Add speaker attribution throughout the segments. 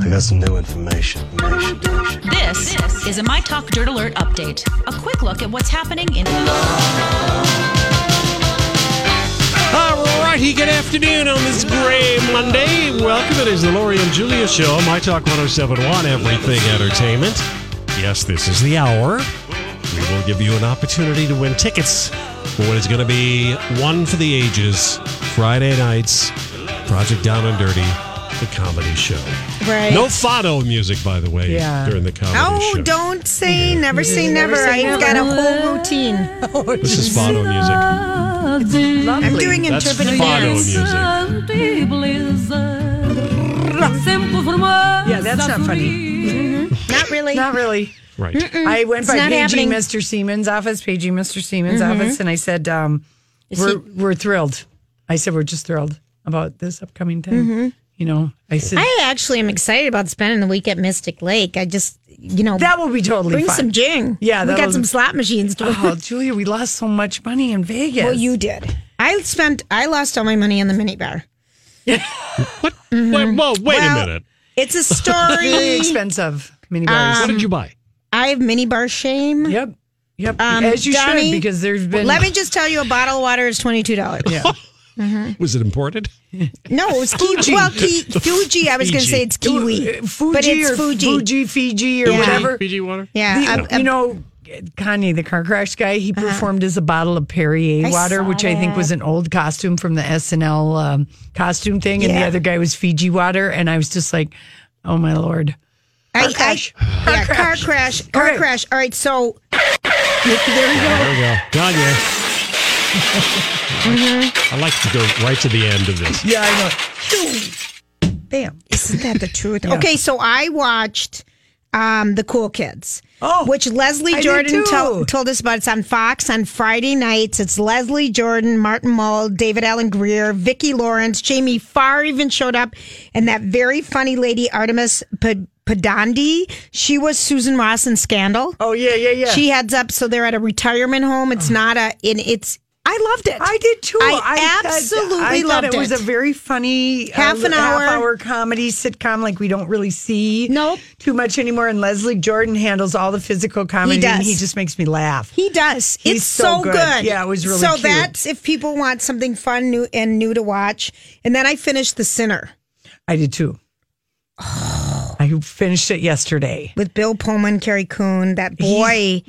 Speaker 1: I got some new information. information, information.
Speaker 2: This is a My Talk Dirt Alert update. A quick look at what's happening in.
Speaker 3: All righty, good afternoon on this gray Monday. Welcome. It is the Lori and Julia Show, on My Talk 1071, Everything Entertainment. Yes, this is the hour. We will give you an opportunity to win tickets for what is going to be one for the ages Friday nights, Project Down and Dirty, the comedy show.
Speaker 4: Right.
Speaker 3: No fado music, by the way, during the comedy
Speaker 4: Oh,
Speaker 3: show.
Speaker 4: don't say never say never. I've got a whole routine.
Speaker 3: This is fado music.
Speaker 4: I'm doing
Speaker 3: That's
Speaker 4: interpretive
Speaker 3: fado
Speaker 4: dance.
Speaker 3: music.
Speaker 5: Yeah, that's not funny.
Speaker 4: Not really.
Speaker 5: Not really.
Speaker 3: Right.
Speaker 6: Hmm.
Speaker 5: I went by
Speaker 4: not
Speaker 5: paging
Speaker 4: happening.
Speaker 5: Mr. Siemens' office, paging Mr. Siemens'
Speaker 6: Mm-hmm.
Speaker 5: office, and I said, um, we're, we're thrilled. I said, we're just thrilled about this upcoming thing. You know, I said,
Speaker 6: Mm-hmm. I actually am excited about spending the week at Mystic Lake. I just, you know,
Speaker 5: that will be totally
Speaker 6: bring
Speaker 5: fun.
Speaker 6: some jing.
Speaker 5: Yeah,
Speaker 6: we
Speaker 5: that'll-
Speaker 6: got some slot machines. To-
Speaker 5: Oh, Julia, we lost so much money in Vegas.
Speaker 6: Well, you did. I spent. I lost all my money on the minibar.
Speaker 3: What? Wait, whoa, wait a minute.
Speaker 6: It's a
Speaker 5: really
Speaker 6: story.
Speaker 5: expensive mini bars.
Speaker 6: Um,
Speaker 3: What did you buy?
Speaker 6: I have minibar shame.
Speaker 5: yep, yep.
Speaker 6: Um,
Speaker 5: As you
Speaker 6: Donnie,
Speaker 5: should, because there's been
Speaker 6: Let me just tell you, a bottle of water is twenty two dollars.
Speaker 5: Yeah.
Speaker 3: Was it imported?
Speaker 6: No, it's Kiwi. Well, ki- Fuji. I was going to
Speaker 3: Fiji.
Speaker 6: say it's Kiwi,
Speaker 5: Uh, Fuji
Speaker 6: but it's
Speaker 5: or
Speaker 6: Fuji.
Speaker 5: Fuji, Fiji, or
Speaker 6: Yeah.
Speaker 5: whatever.
Speaker 3: PG water?
Speaker 6: Yeah,
Speaker 5: uh, The-
Speaker 6: a- a-
Speaker 5: you know, Kanye, the car crash guy, he performed as a bottle of Perrier
Speaker 6: I
Speaker 5: water,
Speaker 6: saw
Speaker 5: which I think
Speaker 6: that.
Speaker 5: was an old costume from the SNL um, costume thing, and the
Speaker 6: Yeah.
Speaker 5: other guy was Fiji water, and I was just like, "Oh my lord!"
Speaker 6: I- I-
Speaker 5: crash.
Speaker 6: yeah, car crash. Car
Speaker 5: All right.
Speaker 6: crash. All right, so
Speaker 3: There we go. Kanye. I like to go right to the end of this.
Speaker 5: Yeah, I know. Bam.
Speaker 6: Isn't that the truth? Okay, so I watched um, The Cool Kids.
Speaker 5: Oh,
Speaker 6: which Leslie
Speaker 5: I did
Speaker 6: Jordan
Speaker 5: too.
Speaker 6: to- told us about. It's on Fox on Friday nights. It's Leslie Jordan, Martin Mull, David Allen Greer, Vicki Lawrence, Jamie Farr even showed up, and that very funny lady Artemis P- Padandi. She was Susan Ross in Scandal.
Speaker 5: Oh yeah, yeah, yeah. Uh-huh.
Speaker 6: She heads up. So they're at a retirement home. It's not a. In it's. I loved it.
Speaker 5: I did too.
Speaker 6: I,
Speaker 5: thought-
Speaker 6: absolutely
Speaker 5: I thought
Speaker 6: loved it.
Speaker 5: it was a very funny uh,
Speaker 6: Half an
Speaker 5: half
Speaker 6: hour.
Speaker 5: hour comedy sitcom like we don't really see
Speaker 6: Nope.
Speaker 5: too much anymore. And Leslie Jordan handles all the physical comedy. And
Speaker 6: does.
Speaker 5: he just makes me laugh.
Speaker 6: He does.
Speaker 5: He's
Speaker 6: it's
Speaker 5: so
Speaker 6: so,
Speaker 5: good.
Speaker 6: good.
Speaker 5: Yeah, it was really
Speaker 6: So
Speaker 5: cute.
Speaker 6: that's if people want something fun new and new to watch. And then I finished The Sinner
Speaker 5: I did too. I finished it yesterday.
Speaker 6: with Bill Pullman, Carrie Coon. That boy,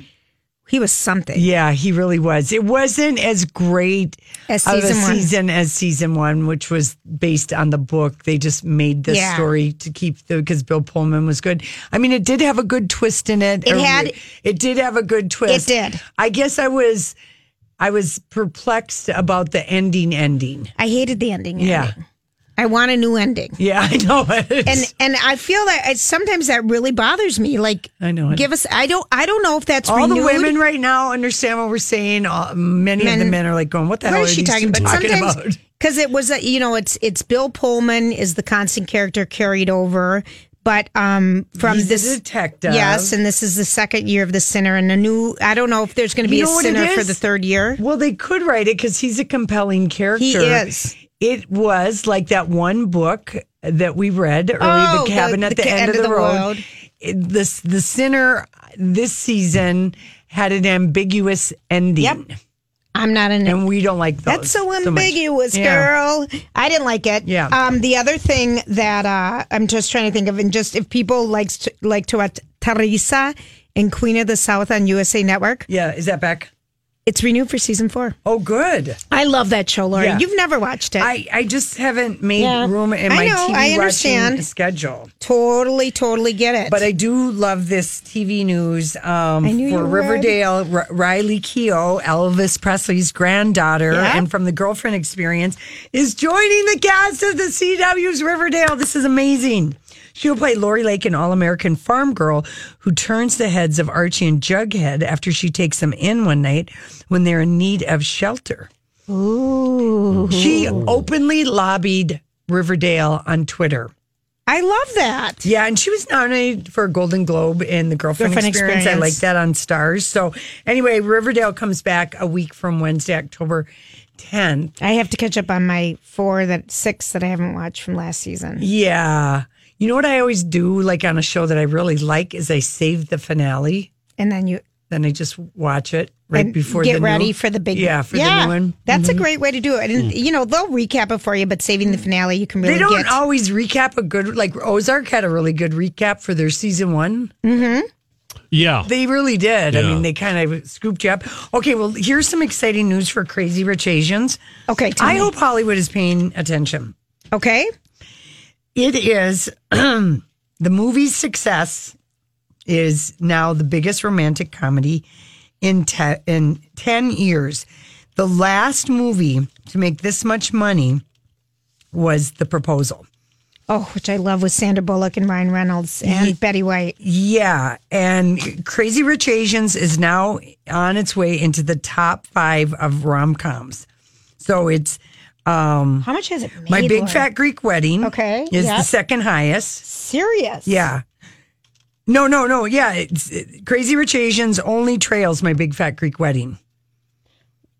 Speaker 6: he was something.
Speaker 5: Yeah, he really was. It wasn't as great
Speaker 6: As
Speaker 5: of a
Speaker 6: season one.
Speaker 5: season as season one, which was based on the book. They just made this
Speaker 6: Yeah.
Speaker 5: story to keep the because Bill Pullman was good. I mean, it did have a good twist in it.
Speaker 6: It
Speaker 5: Or
Speaker 6: had-
Speaker 5: It did have a good twist.
Speaker 6: did.
Speaker 5: I guess I was, I was perplexed about the ending. Ending.
Speaker 6: I hated the ending.
Speaker 5: Yeah.
Speaker 6: I want a new ending.
Speaker 5: Yeah, I know it.
Speaker 6: And and I feel that I, sometimes that really bothers me. Like
Speaker 5: I know it.
Speaker 6: Give us. I don't. I don't know if that's
Speaker 5: all the
Speaker 6: renewed.
Speaker 5: women right now understand what we're saying. All, many of the
Speaker 6: Men-
Speaker 5: men are like going, "What the hell
Speaker 6: What
Speaker 5: are
Speaker 6: is she
Speaker 5: these
Speaker 6: talking
Speaker 5: two
Speaker 6: about?
Speaker 5: talking about?"
Speaker 6: Sometimes because it was a, you know it's it's Bill Pullman is the constant character carried over, but um from
Speaker 5: He's a
Speaker 6: this
Speaker 5: detective.
Speaker 6: yes, and this is the second year of the sinner and a new. I don't know if there's going to be
Speaker 5: You know
Speaker 6: a
Speaker 5: what it
Speaker 6: sinner for
Speaker 5: is?
Speaker 6: the third year.
Speaker 5: Well, they could write it because he's a compelling character.
Speaker 6: He is.
Speaker 5: It was like that one book that we read early,
Speaker 6: Oh,
Speaker 5: "The Cabin at the, End, of the, Road." It- This the sinner this season had an ambiguous ending.
Speaker 6: Yep. I'm not an
Speaker 5: and we don't like those.
Speaker 6: That's so
Speaker 5: much.
Speaker 6: ambiguous,
Speaker 5: Yeah.
Speaker 6: girl. I didn't like it.
Speaker 5: Yeah.
Speaker 6: Um, the other thing that uh, I'm just trying to think of, and just if people likes to, like to watch Teresa and Queen of the South on USA Network,
Speaker 5: Yeah, is that back?
Speaker 6: it's renewed for season four.
Speaker 5: Oh, good.
Speaker 6: I love that show, Lori.
Speaker 5: Yeah.
Speaker 6: You've never watched it.
Speaker 5: I, I just haven't made
Speaker 6: Yeah.
Speaker 5: room in
Speaker 6: I
Speaker 5: my
Speaker 6: know,
Speaker 5: TV
Speaker 6: I understand.
Speaker 5: watching schedule.
Speaker 6: totally, totally get it.
Speaker 5: But I do love this TV news um,
Speaker 6: I knew
Speaker 5: for
Speaker 6: you would.
Speaker 5: Riverdale. R- Riley Keough, Elvis Presley's granddaughter,
Speaker 6: Yeah.
Speaker 5: and from the Girlfriend Experience, is joining the cast of the CW's Riverdale. This is amazing. She will play Lori Lake, an all American farm girl who turns the heads of Archie and Jughead after she takes them in one night when they're in need of shelter. Ooh. She openly lobbied Riverdale on Twitter.
Speaker 6: I love that.
Speaker 5: Yeah, and she was nominated for a Golden Globe in the Girlfriend,
Speaker 6: Girlfriend
Speaker 5: Experience. I like
Speaker 6: Experience.
Speaker 5: that on Stars. So anyway, Riverdale comes back a week from Wednesday, October 10th.
Speaker 6: I have to catch up on my four that six that I haven't watched from last season.
Speaker 5: Yeah. You know what I always do, like on a show that I really like, is I save the finale.
Speaker 6: And then you
Speaker 5: Then I just watch it right
Speaker 6: and
Speaker 5: before
Speaker 6: get
Speaker 5: the new-
Speaker 6: ready for the big
Speaker 5: yeah for the new one. Mm-hmm. Mm.
Speaker 6: That's a great way to do it. And you know, they'll recap it for you, but saving the finale you can really
Speaker 5: They don't
Speaker 6: get
Speaker 5: always recap a good like Ozark had a really good recap for their season one.
Speaker 3: Yeah.
Speaker 5: They really did. I
Speaker 3: Yeah.
Speaker 5: mean, they kind of scooped you up. Okay, well, here's some exciting news for Crazy Rich Asians.
Speaker 6: Okay, tell
Speaker 5: I
Speaker 6: me.
Speaker 5: hope Hollywood is paying attention.
Speaker 6: Okay.
Speaker 5: It is the movie's success is now the biggest romantic comedy in te- in 10 years. The last movie to make this much money was The Proposal.
Speaker 6: Oh, which I love with Sandra Bullock and Ryan Reynolds and Betty White.
Speaker 5: Mm. Yeah, and Crazy Rich Asians is now on its way into the top five of rom coms. So it's
Speaker 6: How much has it made?
Speaker 5: My Big
Speaker 6: Lori?
Speaker 5: Fat Greek Wedding.
Speaker 6: Okay,
Speaker 5: is
Speaker 6: yeah.
Speaker 5: the second highest.
Speaker 6: Serious.
Speaker 5: Yeah. No, no, no. Yeah, it's it, Crazy Rich Asians only trails My Big Fat Greek Wedding.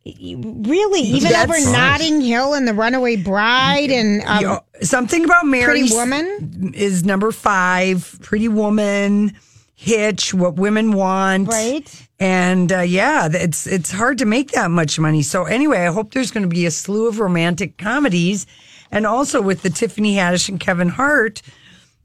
Speaker 6: Really? Even
Speaker 5: That's-
Speaker 6: over Notting Hill and The Runaway Bride and um,
Speaker 5: Yo- Something about Mary
Speaker 6: Pretty Woman?
Speaker 5: is number five. Pretty Woman, Hitch, What Women Want,
Speaker 6: Right.
Speaker 5: And uh, yeah, th- it's it's hard to make that much money. So anyway, I hope there's going to be a slew of romantic comedies, and also with the Tiffany Haddish and Kevin Hart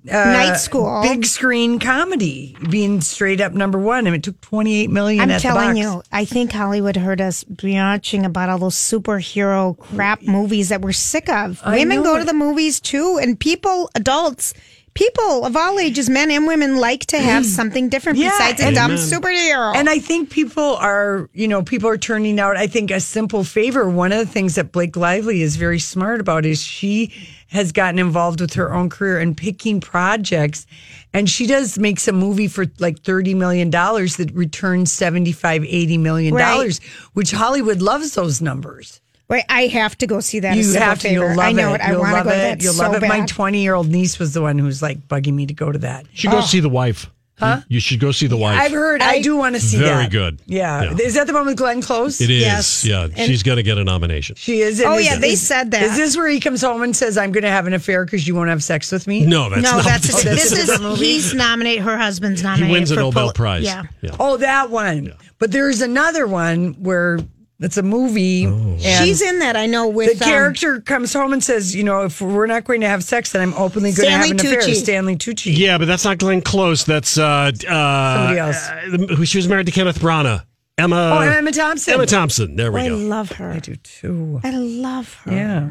Speaker 6: Night School.
Speaker 5: uh, big screen comedy being straight up number one, and it took 28 million.
Speaker 6: I'm
Speaker 5: at the
Speaker 6: telling
Speaker 5: box.
Speaker 6: you, I think Hollywood heard us blanching about all those superhero crap movies that we're sick of.
Speaker 5: I
Speaker 6: women
Speaker 5: know
Speaker 6: go
Speaker 5: it.
Speaker 6: to the movies too, and people, adults, people of all ages, men and women, like to have something different
Speaker 5: Mm. Yeah,
Speaker 6: besides a
Speaker 5: and-
Speaker 6: dumb superhero.
Speaker 5: And I think people are, you know, people are turning out. I think a simple favor. One of the things that Blake Lively is very smart about is she has gotten involved with her own career and picking projects. And she does makes a movie for like $30 million that returns 75, 80 million dollars, which Hollywood loves those numbers.
Speaker 6: Wait, I have to go see that. as
Speaker 5: you
Speaker 6: a
Speaker 5: have to,
Speaker 6: favor.
Speaker 5: you'll love
Speaker 6: I know it.
Speaker 5: it.
Speaker 6: I
Speaker 5: You'll
Speaker 6: want to
Speaker 5: love
Speaker 6: go.
Speaker 5: it.
Speaker 6: That's
Speaker 5: you'll
Speaker 6: so
Speaker 5: love it.
Speaker 6: bad.
Speaker 5: My 20 year old niece was the one who was like bugging me to go to that.
Speaker 3: You should
Speaker 6: Oh.
Speaker 3: go see the wife. Huh? You should go see the wife.
Speaker 5: I've heard. I,
Speaker 6: I-
Speaker 5: do want to see
Speaker 3: Very
Speaker 5: that.
Speaker 3: good.
Speaker 5: Yeah.
Speaker 3: Yeah.
Speaker 5: Is that the one with Glenn Close?
Speaker 3: it is.
Speaker 6: Yes.
Speaker 3: Yeah.
Speaker 6: And-
Speaker 3: she's going to get a nomination.
Speaker 5: She is.
Speaker 6: Oh,
Speaker 5: is-
Speaker 6: yeah, they
Speaker 5: is-
Speaker 6: said that.
Speaker 5: Is this where he comes home and says, "I'm going to have an affair because you won't have sex with me"?
Speaker 3: No, that's
Speaker 6: no,
Speaker 3: not.
Speaker 6: that's
Speaker 3: what
Speaker 6: a,
Speaker 3: it
Speaker 6: this
Speaker 5: is.
Speaker 6: is he's nominated. Her husband's nominated.
Speaker 3: He wins a
Speaker 6: for
Speaker 3: Nobel
Speaker 6: Pul-
Speaker 3: Prize.
Speaker 6: Yeah.
Speaker 5: Oh, that one. But there's another one where it's a movie.
Speaker 3: Oh.
Speaker 5: And
Speaker 6: She's in that. I know
Speaker 5: the
Speaker 6: with um,
Speaker 5: character comes home and says, "You know, if we're not going to have sex, then I'm openly going
Speaker 6: Stanley
Speaker 5: to have an affair."
Speaker 6: Tucci.
Speaker 5: Stanley Tucci.
Speaker 3: Yeah, but that's not Glenn Close. That's uh, d- uh,
Speaker 5: Somebody else.
Speaker 3: uh, she was married to Kenneth Branagh. Emma.
Speaker 5: Oh, Emma Thompson.
Speaker 3: Emma Thompson. There we
Speaker 6: I
Speaker 3: go.
Speaker 6: love her.
Speaker 5: I do too.
Speaker 6: I love her.
Speaker 5: Yeah.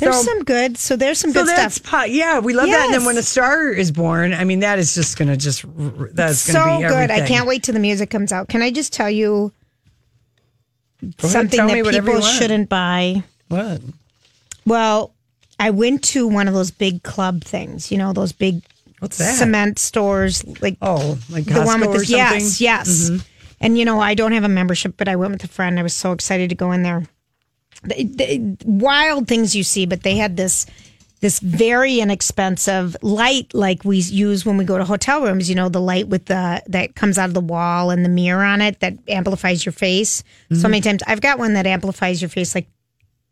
Speaker 6: There's
Speaker 5: So-
Speaker 6: some good. So there's some
Speaker 5: So
Speaker 6: good
Speaker 5: that's
Speaker 6: stuff.
Speaker 5: po- yeah, we love that. And then
Speaker 6: Yes.
Speaker 5: when a star is born, I mean, that is just going to just r- r- that's going
Speaker 6: So
Speaker 5: to be
Speaker 6: good. I
Speaker 5: everything.
Speaker 6: can't wait till the music comes out. Can I just tell you
Speaker 5: ahead,
Speaker 6: something
Speaker 5: tell me
Speaker 6: that
Speaker 5: whatever you
Speaker 6: people
Speaker 5: want.
Speaker 6: shouldn't buy?
Speaker 5: What?
Speaker 6: Well, I went to one of those big club things. You know, those big
Speaker 5: What's that?
Speaker 6: cement stores, like
Speaker 5: Oh, like
Speaker 6: the one with
Speaker 5: Costco
Speaker 6: the
Speaker 5: or something?
Speaker 6: yes,
Speaker 5: Mm-hmm.
Speaker 6: yes. And you know, I don't have a membership, but I went with a friend. I was so excited to go in there. They, they, wild things you see, but they had this this very inexpensive light, like we use when we go to hotel rooms. You know, the light with the that comes out of the wall and the mirror on it that amplifies your face.
Speaker 5: Mm-hmm.
Speaker 6: So many times, I've got one that amplifies your face like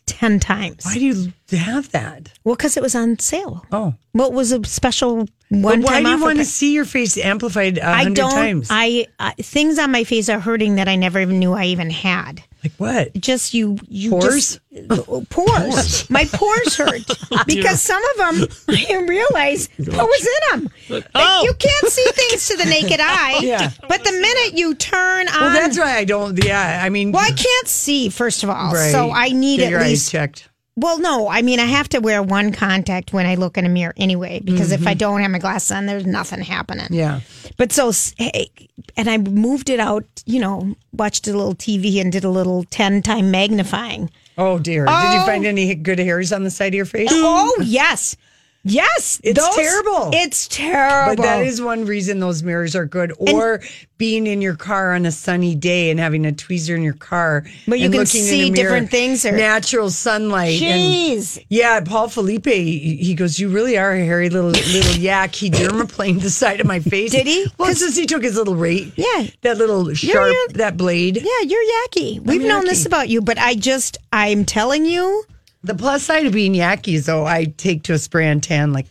Speaker 6: ten times.
Speaker 5: Why do you have that?
Speaker 6: Well, because it was on sale.
Speaker 5: Oh.
Speaker 6: Well, it was a special one
Speaker 5: But why
Speaker 6: time
Speaker 5: do you
Speaker 6: offer
Speaker 5: want to
Speaker 6: pack.
Speaker 5: see your face amplified a
Speaker 6: I
Speaker 5: hundred
Speaker 6: don't. uh,
Speaker 5: times?
Speaker 6: I, I things on my face are hurting that I never even knew I even had.
Speaker 5: Like what?
Speaker 6: just you you
Speaker 5: Pores?
Speaker 6: just pores. My pores hurt because some of them I didn't realize what was in them.
Speaker 3: Oh.
Speaker 6: You can't see things to the naked eye.
Speaker 5: Yeah.
Speaker 6: But the minute you turn on,
Speaker 5: Well, that's why I don't. Yeah, I mean,
Speaker 6: well, I can't see first of all, so I need
Speaker 5: Get
Speaker 6: at
Speaker 5: your
Speaker 6: least
Speaker 5: eyes checked.
Speaker 6: well, no, I mean, I have to wear one contact when I look in a mirror anyway, because if
Speaker 5: Mm-hmm.
Speaker 6: I don't have my glasses on, there's nothing happening.
Speaker 5: Yeah.
Speaker 6: But so, s- hey, and I moved it out, you know, watched a little TV and did a little 10 time magnifying.
Speaker 5: Oh dear. Did
Speaker 6: Oh.
Speaker 5: you find any good hairs on the side of your face?
Speaker 6: Oh, yes. Yes.
Speaker 5: It's terrible.
Speaker 6: It's terrible.
Speaker 5: But that is one reason those mirrors are good, or being in your car on a sunny day and having a tweezer in your car.
Speaker 6: But you
Speaker 5: and
Speaker 6: can
Speaker 5: looking in a
Speaker 6: see
Speaker 5: mirror,
Speaker 6: different things or-
Speaker 5: natural sunlight. and-
Speaker 6: Jeez.
Speaker 5: yeah, Paul Felipe, he he goes, "You really are a hairy little little yak." He dermaplaned the side of my face.
Speaker 6: Did he?
Speaker 5: Well, since he took his little rate,
Speaker 6: Yeah.
Speaker 5: that little sharp
Speaker 6: you're-
Speaker 5: that blade.
Speaker 6: yeah, you're yucky. We've known this
Speaker 5: yucky.
Speaker 6: about you, but I just, I'm telling you,
Speaker 5: The plus side of being yucky is, though, I take to a spray and tan like.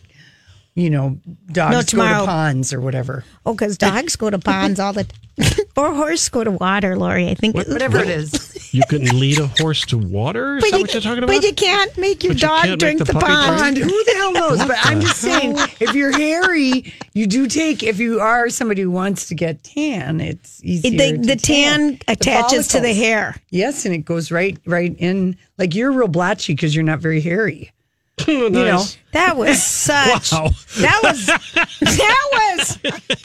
Speaker 5: You know, dogs go
Speaker 6: tomorrow.
Speaker 5: to ponds or whatever.
Speaker 6: oh, because dogs go to ponds all the time. or horse go to water, Lori. I think
Speaker 5: Whatever it is.
Speaker 3: You can lead a horse to water? Is that what you're talking about?
Speaker 6: But you can't make your
Speaker 3: But you
Speaker 6: dog
Speaker 3: can't
Speaker 6: drink
Speaker 3: make
Speaker 6: the,
Speaker 3: the puppy
Speaker 6: pond.
Speaker 5: pond. Who the hell knows? But I'm just saying, if you're hairy, you do take. If you are somebody who wants to get tan, it's easier.
Speaker 6: The,
Speaker 5: to
Speaker 6: the tan attaches to the
Speaker 5: follicles.
Speaker 6: hair.
Speaker 5: Yes, and it goes right, right in. Like you're real blotchy because you're not very hairy.
Speaker 3: Oh,
Speaker 5: You know,
Speaker 3: nice.
Speaker 6: That was such.
Speaker 3: Wow.
Speaker 6: That was. That was.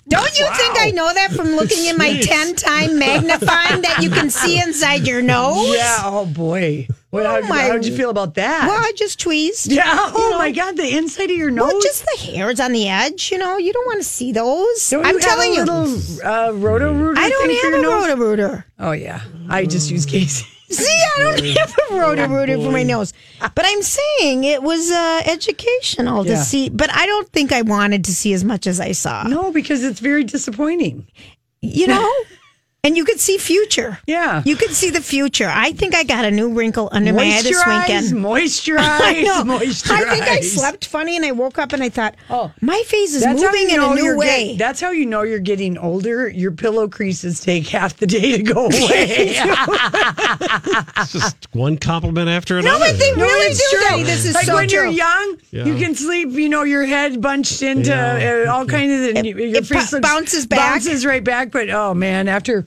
Speaker 6: Don't you think I know that from looking in my
Speaker 3: Jeez.
Speaker 6: ten-time magnifying that you can see inside your nose?
Speaker 5: Yeah. Oh boy. What,
Speaker 6: Oh,
Speaker 5: how,
Speaker 6: my-
Speaker 5: how did you feel about that?
Speaker 6: Well, I just tweezed.
Speaker 5: yeah. Oh my God. The inside of your nose.
Speaker 6: Well, just the hairs on the edge. You know, you don't want to see those.
Speaker 5: Don't
Speaker 6: I'm
Speaker 5: you have
Speaker 6: telling
Speaker 5: a
Speaker 6: you.
Speaker 5: little uh, roto rooter.
Speaker 6: I
Speaker 5: thing
Speaker 6: don't
Speaker 5: for your
Speaker 6: have a
Speaker 5: nose?
Speaker 6: roto rooter.
Speaker 5: Oh yeah. I just use Casey.
Speaker 6: See, I don't have a
Speaker 5: Oh,
Speaker 6: roto rooter for my nose. But I'm saying it was uh, educational to
Speaker 5: Yeah.
Speaker 6: see. But I don't think I wanted to see as much as I saw.
Speaker 5: No, because it's very disappointing.
Speaker 6: You know? and you could see future.
Speaker 5: Yeah.
Speaker 6: You could see the future. I think I got a new wrinkle under my eye this
Speaker 5: Moisturize,
Speaker 6: weekend.
Speaker 5: Moisturize.
Speaker 6: I know.
Speaker 5: Moisturize.
Speaker 6: I think I slept funny and I woke up and I thought, oh,
Speaker 5: Oh.
Speaker 6: my face is
Speaker 5: That's how
Speaker 6: moving
Speaker 5: you
Speaker 6: in
Speaker 5: know
Speaker 6: a new
Speaker 5: you're
Speaker 6: way.
Speaker 5: Get, that's how you know you're getting older. Your pillow creases take half the day to go away.
Speaker 3: It's just one compliment after another.
Speaker 6: but they really
Speaker 5: it's
Speaker 6: do.
Speaker 5: true.
Speaker 6: though. This is
Speaker 5: like
Speaker 6: so
Speaker 5: when
Speaker 6: true.
Speaker 5: you're young,
Speaker 3: Yeah.
Speaker 5: you can sleep. You know, your head bunched into
Speaker 3: Yeah.
Speaker 5: uh, all kinds of. and your
Speaker 6: it
Speaker 5: face
Speaker 6: bo-
Speaker 5: looks-
Speaker 6: bounces back.
Speaker 5: bounces right back. But oh man, after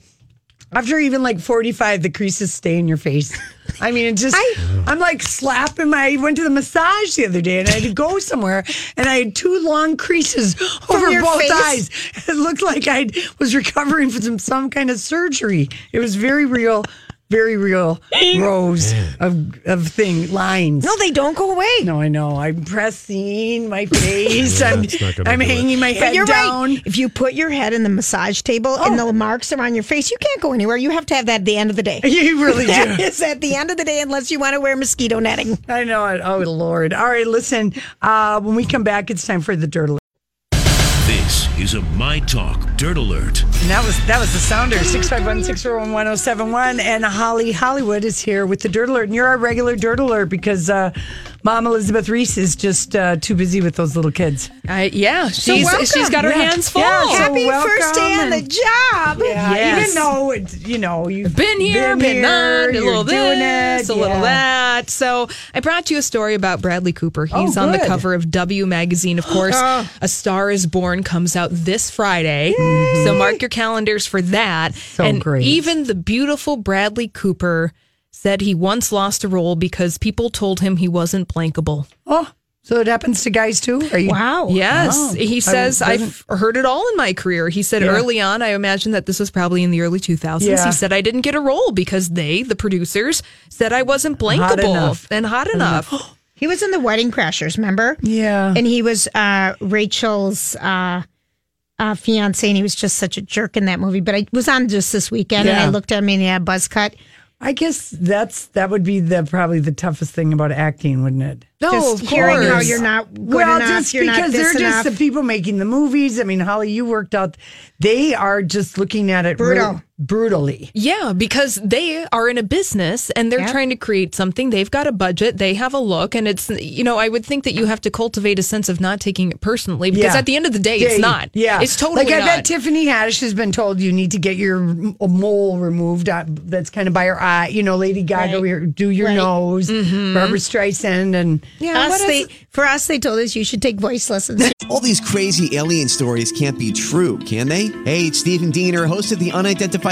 Speaker 5: after even like 45, the creases stay in your face. I mean, it just,
Speaker 6: I-
Speaker 5: I, am like slapping my, I went to the massage the other day and I had to go somewhere and I had two long creases over
Speaker 6: your
Speaker 5: both
Speaker 6: face?
Speaker 5: eyes. It looked like I was recovering from some, some kind of surgery. It was very real, very real rows of, of thing, lines.
Speaker 6: no, they don't go away.
Speaker 5: No, I know. I'm pressing my face.
Speaker 3: Yeah,
Speaker 5: I'm,
Speaker 3: it's not gonna
Speaker 5: I'm
Speaker 3: do it.
Speaker 5: hanging my
Speaker 6: But
Speaker 5: head
Speaker 6: you're
Speaker 5: down. Oh.
Speaker 6: right. If you put your head in the massage table and the marks are on your face, you can't go anywhere. You have to have that at the end of the day.
Speaker 5: You really do.
Speaker 6: That is at the end of the day, unless you want to wear mosquito netting.
Speaker 5: I know it. Oh, Lord. All right, listen. Uh, when we come back, it's time for the dirt alert.
Speaker 7: This is a My Talk Dirt Alert.
Speaker 5: And that was that was the sounder. 651-641-1071. And Holly Hollywood is here with the dirt alert. And you're our regular dirt alert because uh, Mom Elizabeth Reese is just uh, too busy with those little kids.
Speaker 8: I, yeah, she's
Speaker 6: welcome.
Speaker 8: she's got her
Speaker 5: Yeah.
Speaker 8: hands full.
Speaker 5: Yeah, Oh, so
Speaker 6: Happy first day on
Speaker 5: welcome
Speaker 6: the
Speaker 5: and-
Speaker 6: job.
Speaker 5: Yeah,
Speaker 8: Yes.
Speaker 5: even though Oh, it's you know you've
Speaker 8: Been here, been,
Speaker 5: here,
Speaker 8: there, a
Speaker 5: you're
Speaker 8: little
Speaker 5: doing
Speaker 8: this, a
Speaker 5: it,
Speaker 8: little
Speaker 5: yeah.
Speaker 8: that. So I brought you a story about Bradley Cooper. He's
Speaker 5: Oh,
Speaker 8: on the
Speaker 5: good. Uh-huh.
Speaker 8: cover of W magazine, of course. a Star Is Born comes out this Friday, so mark your calendars for that. So and
Speaker 5: great.
Speaker 8: even the beautiful Bradley Cooper said he once lost a role because people told him he wasn't blankable.
Speaker 5: Oh, so it happens to guys too. Are you,
Speaker 6: Wow.
Speaker 8: Yes.
Speaker 5: Wow.
Speaker 8: He
Speaker 5: Oh. I
Speaker 8: says, I've heard it all in my career. He said early on, I imagine that this was probably in the early 2000s.
Speaker 5: Yeah.
Speaker 8: He said, I didn't get a role because they, the producers, said I wasn't
Speaker 5: Hot
Speaker 8: blankable
Speaker 5: enough.
Speaker 8: and hot enough.
Speaker 6: He was in the Wedding Crashers, remember?
Speaker 5: Yeah.
Speaker 6: And he was uh, Rachel's uh, uh, fiance, and he was just such a jerk in that movie. But I was on just this weekend, and I
Speaker 5: Yeah.
Speaker 6: looked at him, and he had a buzz cut.
Speaker 5: I guess that's that would be the probably the toughest thing about acting, wouldn't it?
Speaker 8: no,
Speaker 6: just
Speaker 8: of
Speaker 6: hearing
Speaker 8: course.
Speaker 6: how you're not good
Speaker 5: well,
Speaker 6: enough,
Speaker 5: just
Speaker 6: you're not
Speaker 5: because
Speaker 6: this
Speaker 5: they're
Speaker 6: enough.
Speaker 5: just the people making the movies. I mean, Holly, you worked out; they are just looking at it
Speaker 6: Brutal.
Speaker 5: really- brutally.
Speaker 8: Yeah, because they are in a business and they're
Speaker 6: Yeah.
Speaker 8: trying to create something. They've got a budget, they have a look, and it's, you know, I would think that you have to cultivate a sense of not taking it personally because
Speaker 5: Yeah.
Speaker 8: at the end of the day, it's
Speaker 5: Day.
Speaker 8: not.
Speaker 5: Yeah,
Speaker 8: It's totally
Speaker 5: like I
Speaker 8: not.
Speaker 5: bet Tiffany Haddish has been told you need to get your m- a mole removed. uh, That's kind of by her eye. You know, Lady Gaga,
Speaker 6: Right.
Speaker 5: we were- do your
Speaker 6: Right.
Speaker 5: nose.
Speaker 8: Mm-hmm.
Speaker 5: Barbara Streisand, and
Speaker 6: Yeah, us, they, for us, they told us you should take voice lessons.
Speaker 9: All these crazy alien stories can't be true, can they? Hey, it's Stephen Diener, host of the Unidentified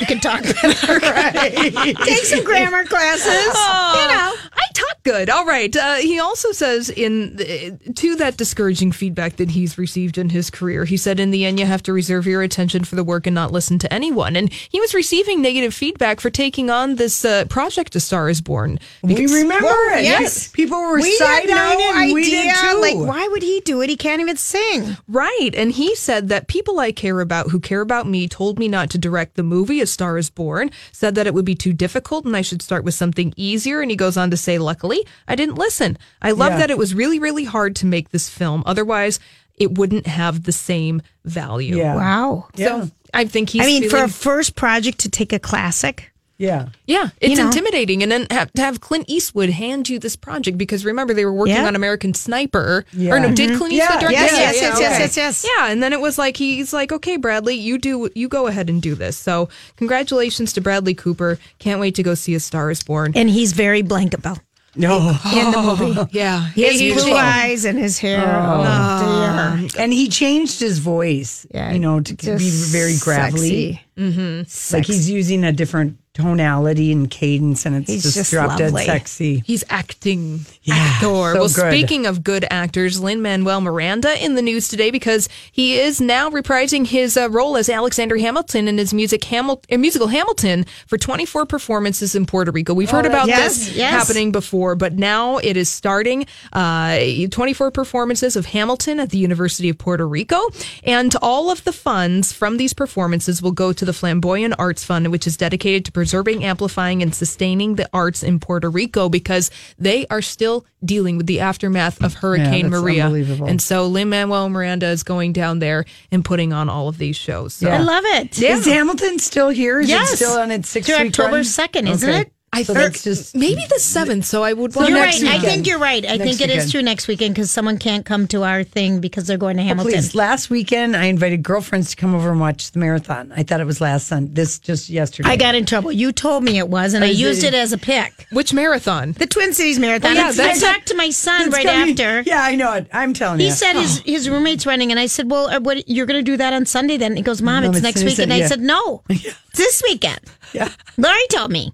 Speaker 6: you can talk better. Take some grammar classes. you know.
Speaker 8: I talk good. All right. Uh, he also says in uh, to that discouraging feedback that he's received in his career. He said, "In the end, you have to reserve your attention for the work and not listen to anyone." And he was receiving negative feedback for taking on this uh, project, A Star Is Born.
Speaker 5: we
Speaker 8: Because-
Speaker 5: remember
Speaker 8: Well,
Speaker 5: it.
Speaker 8: Yes.
Speaker 5: people were
Speaker 6: We had
Speaker 5: side
Speaker 6: no
Speaker 5: eyeing.
Speaker 6: idea.
Speaker 5: We did too.
Speaker 6: Like, why would he do it? He can't even sing.
Speaker 8: Right. And he said that people I care about who care about me told me not to direct the movie A Star is Born, said that it would be too difficult and I should start with something easier. And he goes on to say, luckily, I didn't listen. I love
Speaker 5: Yeah.
Speaker 8: that it was really, really hard to make this film. Otherwise, it wouldn't have the same value.
Speaker 5: Yeah.
Speaker 6: Wow.
Speaker 8: So I think he's.
Speaker 6: I mean, for
Speaker 8: feeling-
Speaker 6: a first project to take a classic,
Speaker 5: Yeah.
Speaker 8: yeah, it's
Speaker 6: know.
Speaker 8: intimidating, and then have, to have Clint Eastwood hand you this project because remember they were working
Speaker 6: Yeah.
Speaker 8: on American Sniper,
Speaker 5: Yeah. Mm-hmm.
Speaker 8: or no? Did Clint Eastwood
Speaker 5: Yeah,
Speaker 8: direct
Speaker 6: yes,
Speaker 8: that?
Speaker 6: yes,
Speaker 8: Yeah,
Speaker 6: yes,
Speaker 8: yeah,
Speaker 6: yes,
Speaker 8: okay.
Speaker 6: yes, yes.
Speaker 8: Yeah, and then it was like he's like, okay, Bradley, you do, you go ahead and do this. So congratulations to Bradley Cooper. Can't wait to go see A Star Is Born.
Speaker 6: and he's very blankable
Speaker 5: No.
Speaker 6: in the movie.
Speaker 8: yeah,
Speaker 6: He has
Speaker 8: He-
Speaker 6: blue
Speaker 8: he-
Speaker 6: eyes and his hair. Oh, dear.
Speaker 5: And he changed his voice,
Speaker 6: Yeah,
Speaker 5: you know, to be
Speaker 6: just
Speaker 5: very gravelly. Mm-hmm.
Speaker 6: sexy.
Speaker 5: Like he's using a different tonality and cadence, and it's
Speaker 6: He's
Speaker 5: just,
Speaker 6: just
Speaker 5: drop
Speaker 6: lovely.
Speaker 5: dead sexy.
Speaker 8: He's acting
Speaker 5: Yeah,
Speaker 8: actor.
Speaker 5: so
Speaker 8: well,
Speaker 5: good.
Speaker 8: speaking of good actors, Lin Manuel Miranda in the news today because he is now reprising his uh, role as Alexander Hamilton in his music Hamil- uh, musical Hamilton for 24 performances in Puerto Rico. We've heard about
Speaker 6: that's-
Speaker 8: this
Speaker 6: Oh, yes.
Speaker 8: happening before, but now it is starting uh, 24 performances of Hamilton at the University of Puerto Rico, and all of the funds from these performances will go to the Flamboyant Arts Fund, which is dedicated to preserving, amplifying, and sustaining the arts in Puerto Rico because they are still dealing with the aftermath of Hurricane
Speaker 5: that's
Speaker 8: Maria,
Speaker 5: unbelievable.
Speaker 8: and so Lin Manuel Miranda is going down there and putting on all of these shows. So.
Speaker 6: I love it.
Speaker 5: Is Hamilton still here? Is
Speaker 6: Yes.
Speaker 5: it still on its sixth
Speaker 6: Through
Speaker 5: week
Speaker 6: October
Speaker 5: run?
Speaker 6: 2nd, isn't it?
Speaker 8: I
Speaker 5: so
Speaker 8: think
Speaker 5: that's just
Speaker 8: maybe the seventh. So I would.
Speaker 6: You're right.
Speaker 5: next
Speaker 6: I think
Speaker 5: weekend.
Speaker 6: you're right. I
Speaker 5: Next
Speaker 6: think it is
Speaker 5: weekend.
Speaker 6: through next weekend because someone can't come to our thing because they're going to
Speaker 5: Oh,
Speaker 6: Hamilton.
Speaker 5: Please, last weekend I invited girlfriends to come over and watch the marathon. I thought it was last Sunday. This just yesterday.
Speaker 6: I got in trouble. You told me it was, and I
Speaker 5: Is
Speaker 6: used
Speaker 5: it-
Speaker 6: it as a pick.
Speaker 8: Which marathon?
Speaker 6: The Twin Cities Marathon.
Speaker 8: Oh, yeah,
Speaker 6: I-
Speaker 8: that's-
Speaker 6: I talked to my son
Speaker 5: It's
Speaker 6: right
Speaker 5: coming-
Speaker 6: after.
Speaker 5: Yeah, I know it. I'm telling
Speaker 6: He
Speaker 5: you.
Speaker 6: said his, his roommate's running, and I said, "Well, uh, what you're going to do that on Sunday?" Then he goes, "Mom,
Speaker 5: Mom,
Speaker 6: it's
Speaker 5: it's
Speaker 6: next
Speaker 5: Sunday,
Speaker 6: week," and I
Speaker 5: yeah.
Speaker 6: said, "No, it's this weekend."
Speaker 5: Yeah.
Speaker 6: Lori told me.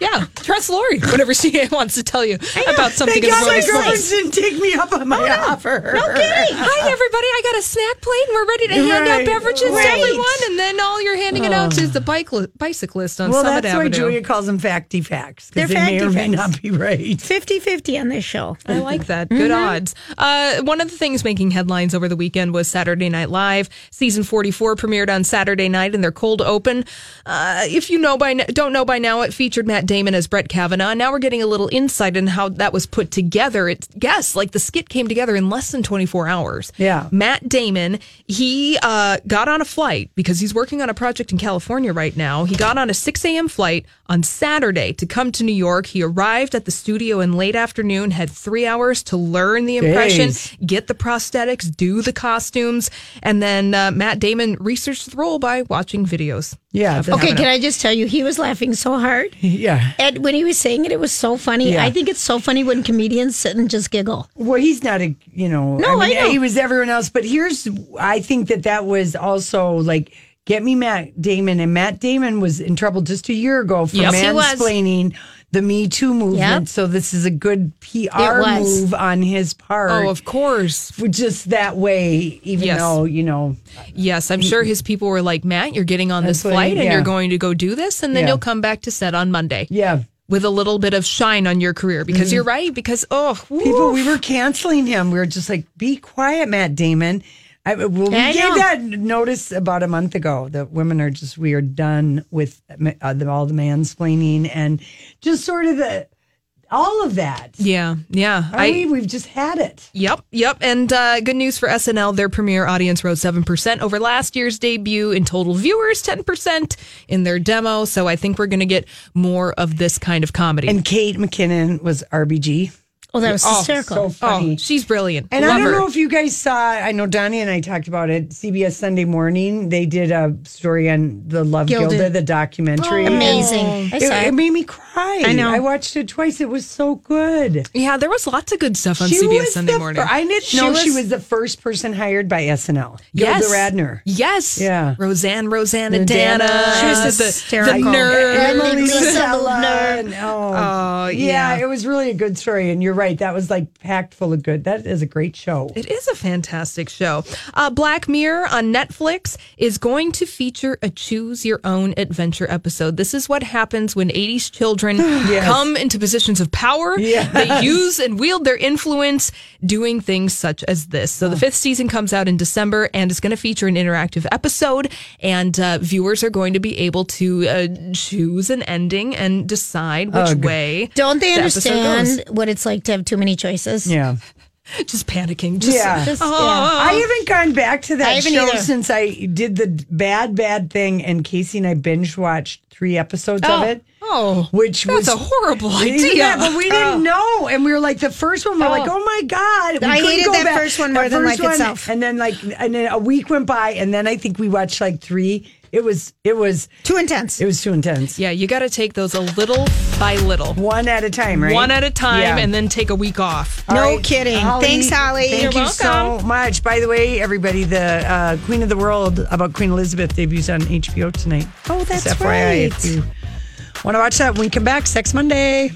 Speaker 8: Yeah, trust Lori whenever she wants to tell you about something.
Speaker 5: Thank
Speaker 8: in the
Speaker 5: God
Speaker 8: world
Speaker 5: my
Speaker 8: of sports.
Speaker 5: girlfriends didn't take me up on my offer.
Speaker 6: No kidding.
Speaker 8: Hi, everybody. I got a snack plate and we're ready to hand out
Speaker 5: Right.
Speaker 8: beverages
Speaker 5: Right.
Speaker 8: to everyone. And then all you're handing it out to is the bike bicyclist on
Speaker 5: Well,
Speaker 8: Summit
Speaker 5: that's why
Speaker 8: Avenue.
Speaker 5: Julia calls them facty facts. 'cause
Speaker 6: They're
Speaker 5: they may or
Speaker 6: facty
Speaker 5: may
Speaker 6: facts.
Speaker 5: not be right.
Speaker 6: 50-50 on this show.
Speaker 8: I like that. Good
Speaker 5: Mm-hmm.
Speaker 8: odds. Uh, one of the things making headlines over the weekend was Saturday Night Live. Season 44 premiered on Saturday night in their cold open. Uh, if you know by n- don't know by now, it featured Matt Damon as Brett Kavanaugh. Now we're getting a little insight in how that was put together. It's guess like the skit came together in less than 24 hours.
Speaker 5: Yeah.
Speaker 8: Matt Damon, he uh, got on a flight because he's working on a project in California right now. He got on a 6 a.m. flight on Saturday to come to New York. He arrived at the studio in late afternoon, had three hours to learn the impression,
Speaker 5: Jeez.
Speaker 8: get the prosthetics, do the costumes. And then uh, Matt Damon researched the role by watching videos.
Speaker 5: Yeah.
Speaker 8: of
Speaker 5: that's-
Speaker 6: Okay,
Speaker 8: Kavanaugh.
Speaker 6: can I just tell you, he was laughing so so hard.
Speaker 5: Yeah.
Speaker 6: And when he was saying it, it was so funny.
Speaker 5: Yeah.
Speaker 6: I think it's so funny when comedians sit and just giggle.
Speaker 5: Well, he's not a you know.
Speaker 6: No, I know.
Speaker 5: he was everyone else, but here's I think that that was also like get me Matt Damon, and Matt Damon was in trouble just a year ago for
Speaker 6: Yes, he was.
Speaker 5: mansplaining the Me Too movement.
Speaker 6: Yep.
Speaker 5: So this is a good
Speaker 6: It
Speaker 5: PR
Speaker 6: was.
Speaker 5: move on his part.
Speaker 8: Oh, of course.
Speaker 5: For just that way, even
Speaker 8: Yes.
Speaker 5: though you know. Mm,
Speaker 8: Yes, I'm sure his people were like, Matt, you're getting on this
Speaker 5: That's what I-
Speaker 8: flight and
Speaker 5: yeah.
Speaker 8: you're going to go do this, and then
Speaker 5: Yeah.
Speaker 8: you'll come back to set on Monday.
Speaker 5: Yeah.
Speaker 8: With a little bit of shine on your career because
Speaker 5: Mhm.
Speaker 8: you're right. Because, oh,
Speaker 5: People, we were canceling him. We were just like, "Be quiet, Matt Damon." I, well, we
Speaker 6: Yeah, I
Speaker 5: gave
Speaker 6: know.
Speaker 5: that notice about a month ago that women are just we are done with uh, the, all the mansplaining and just sort of the all of that.
Speaker 8: yeah, yeah.
Speaker 5: I, we? We've just had it.
Speaker 8: Yep, yep. And uh, good news for SNL. Their premiere audience rose 7% over last year's debut in total viewers, 10% in their demo. So I think we're going to get more of this kind of comedy.
Speaker 5: And Kate McKinnon was RBG.
Speaker 6: Oh, that was
Speaker 8: Oh,
Speaker 6: hysterical.
Speaker 5: so funny.
Speaker 8: Oh, she's brilliant.
Speaker 5: And
Speaker 8: Love
Speaker 5: I don't
Speaker 8: her.
Speaker 5: know if you guys saw, I know Donnie and I talked about it. CBS Sunday Morning, they did a story on the Love Gilda,
Speaker 6: Gilda.
Speaker 5: the documentary.
Speaker 6: Oh, amazing.
Speaker 5: And
Speaker 6: I
Speaker 5: It,
Speaker 6: saw it.
Speaker 5: it made me cry.
Speaker 6: I know.
Speaker 5: I watched it twice. It was so good.
Speaker 8: Yeah, there was lots of good stuff on
Speaker 5: She
Speaker 8: CBS
Speaker 5: was
Speaker 8: Sunday
Speaker 5: the
Speaker 8: morning.
Speaker 5: fir- I didn't know she
Speaker 6: was-
Speaker 5: was the first person hired by SNL. Gilda Radner.
Speaker 8: Yes.
Speaker 5: Yeah.
Speaker 8: Roseanne, Rosanna,
Speaker 5: Dana.
Speaker 8: Dana.
Speaker 5: She was
Speaker 8: the-
Speaker 6: hysterical.
Speaker 8: The nerd.
Speaker 6: Emily Sella.
Speaker 5: and- Oh,
Speaker 8: Oh, yeah.
Speaker 5: yeah. It was really a good story. And you're right. That was like packed full of good. That is a great show.
Speaker 8: It is a fantastic show. Uh, Black Mirror on Netflix is going to feature a choose your own adventure episode. This is what happens when 80s children come into positions of power.
Speaker 5: Yes.
Speaker 8: They use and wield their influence doing things such as this. So the fifth season comes out in December and it's going to feature an interactive episode. And uh, viewers are going to be able to uh, choose an ending and
Speaker 5: Oh,
Speaker 8: decide which way.
Speaker 6: Don't they
Speaker 8: the episode goes.
Speaker 6: understand what it's like to have too many choices?
Speaker 5: yeah.
Speaker 8: Just panicking. Just,
Speaker 5: Yeah.
Speaker 6: Just-
Speaker 8: oh,
Speaker 5: I haven't gone back to
Speaker 6: I
Speaker 5: that
Speaker 6: haven't
Speaker 5: show
Speaker 6: either.
Speaker 5: since I did the bad, bad thing, and Casey and I binge watched three episodes
Speaker 8: Oh.
Speaker 5: of it.
Speaker 8: Oh,
Speaker 5: which
Speaker 8: that's
Speaker 5: was
Speaker 8: a horrible
Speaker 5: Isn't
Speaker 8: idea.
Speaker 5: that- but we didn't know, and we were like the first one. We We're like,
Speaker 8: Oh.
Speaker 5: oh my god, we
Speaker 6: I
Speaker 5: couldn't
Speaker 6: hated
Speaker 5: go
Speaker 6: that
Speaker 5: back.
Speaker 6: first one
Speaker 5: That
Speaker 6: more than
Speaker 5: first
Speaker 6: life
Speaker 5: one,
Speaker 6: itself.
Speaker 5: And then like, and then a week went by, and then I think we watched like three. It was, it was,
Speaker 6: Too intense.
Speaker 5: it was too intense.
Speaker 8: Yeah, you got to take those a little by little,
Speaker 5: One at a time, right?
Speaker 8: one at a time,
Speaker 5: Yeah.
Speaker 8: and then take a week off.
Speaker 5: All
Speaker 6: No kidding. Thanks, Holly.
Speaker 5: Thank
Speaker 6: You're
Speaker 5: you so much. By the way, everybody, the uh, Queen of the World about Queen Elizabeth debuts on HBO tonight.
Speaker 6: Oh,
Speaker 5: Just
Speaker 6: that's
Speaker 5: FYI, If
Speaker 6: right.
Speaker 5: you want to watch that when we come back, Sex Monday.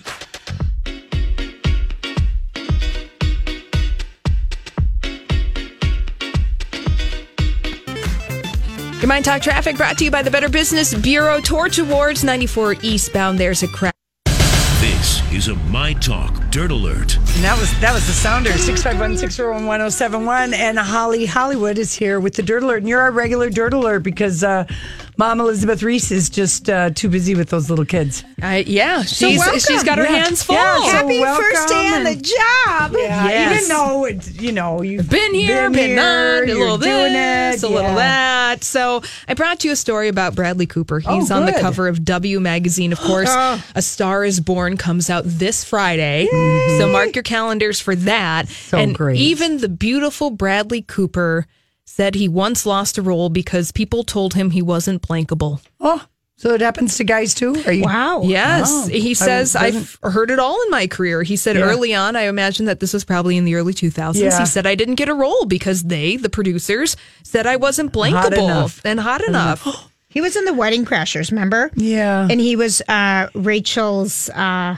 Speaker 8: Your Mind Talk Traffic brought to you by the Better Business Bureau Torch Awards 94 Eastbound. There's a crack.
Speaker 7: This is a My Talk Dirt Alert.
Speaker 5: And that was that was the sounder 651-641-1071 and Holly Hollywood is here with the dirt alert and you're our regular dirt alert because uh, mom Elizabeth Reese is just uh, too busy with those little kids.
Speaker 8: Uh, yeah, she's
Speaker 6: welcome.
Speaker 8: she's got her
Speaker 5: Yeah.
Speaker 8: hands full.
Speaker 5: Yeah, so
Speaker 6: Happy
Speaker 5: welcome
Speaker 6: first day on the
Speaker 5: and-
Speaker 6: job.
Speaker 5: Yeah,
Speaker 8: Yes.
Speaker 5: even though it's, you know you've
Speaker 8: Been here, been,
Speaker 5: here,
Speaker 8: not, a
Speaker 5: you're
Speaker 8: little
Speaker 5: doing
Speaker 8: this,
Speaker 5: it,
Speaker 8: a little
Speaker 5: yeah.
Speaker 8: that. So I brought you a story about Bradley Cooper. He's on the
Speaker 5: good.
Speaker 8: cover of W magazine, of course. a Star Is Born comes out this Friday, so mark your calendars for that. So and
Speaker 5: great.
Speaker 8: even the beautiful Bradley Cooper said he once lost a role because people told him he wasn't blankable.
Speaker 5: Oh, so it happens to guys too? Are you
Speaker 6: Wow.
Speaker 8: Yes.
Speaker 5: Wow. I
Speaker 8: He says, I've heard it all in my career. He said
Speaker 5: Yeah.
Speaker 8: early on, I imagine that this was probably in the early 2000s.
Speaker 5: Yeah.
Speaker 8: He said, I didn't get a role because they, the producers, said I wasn't blankable
Speaker 5: enough.
Speaker 8: and hot enough.
Speaker 6: He was in the Wedding Crashers, remember?
Speaker 5: Yeah.
Speaker 6: And he was uh, Rachel's uh,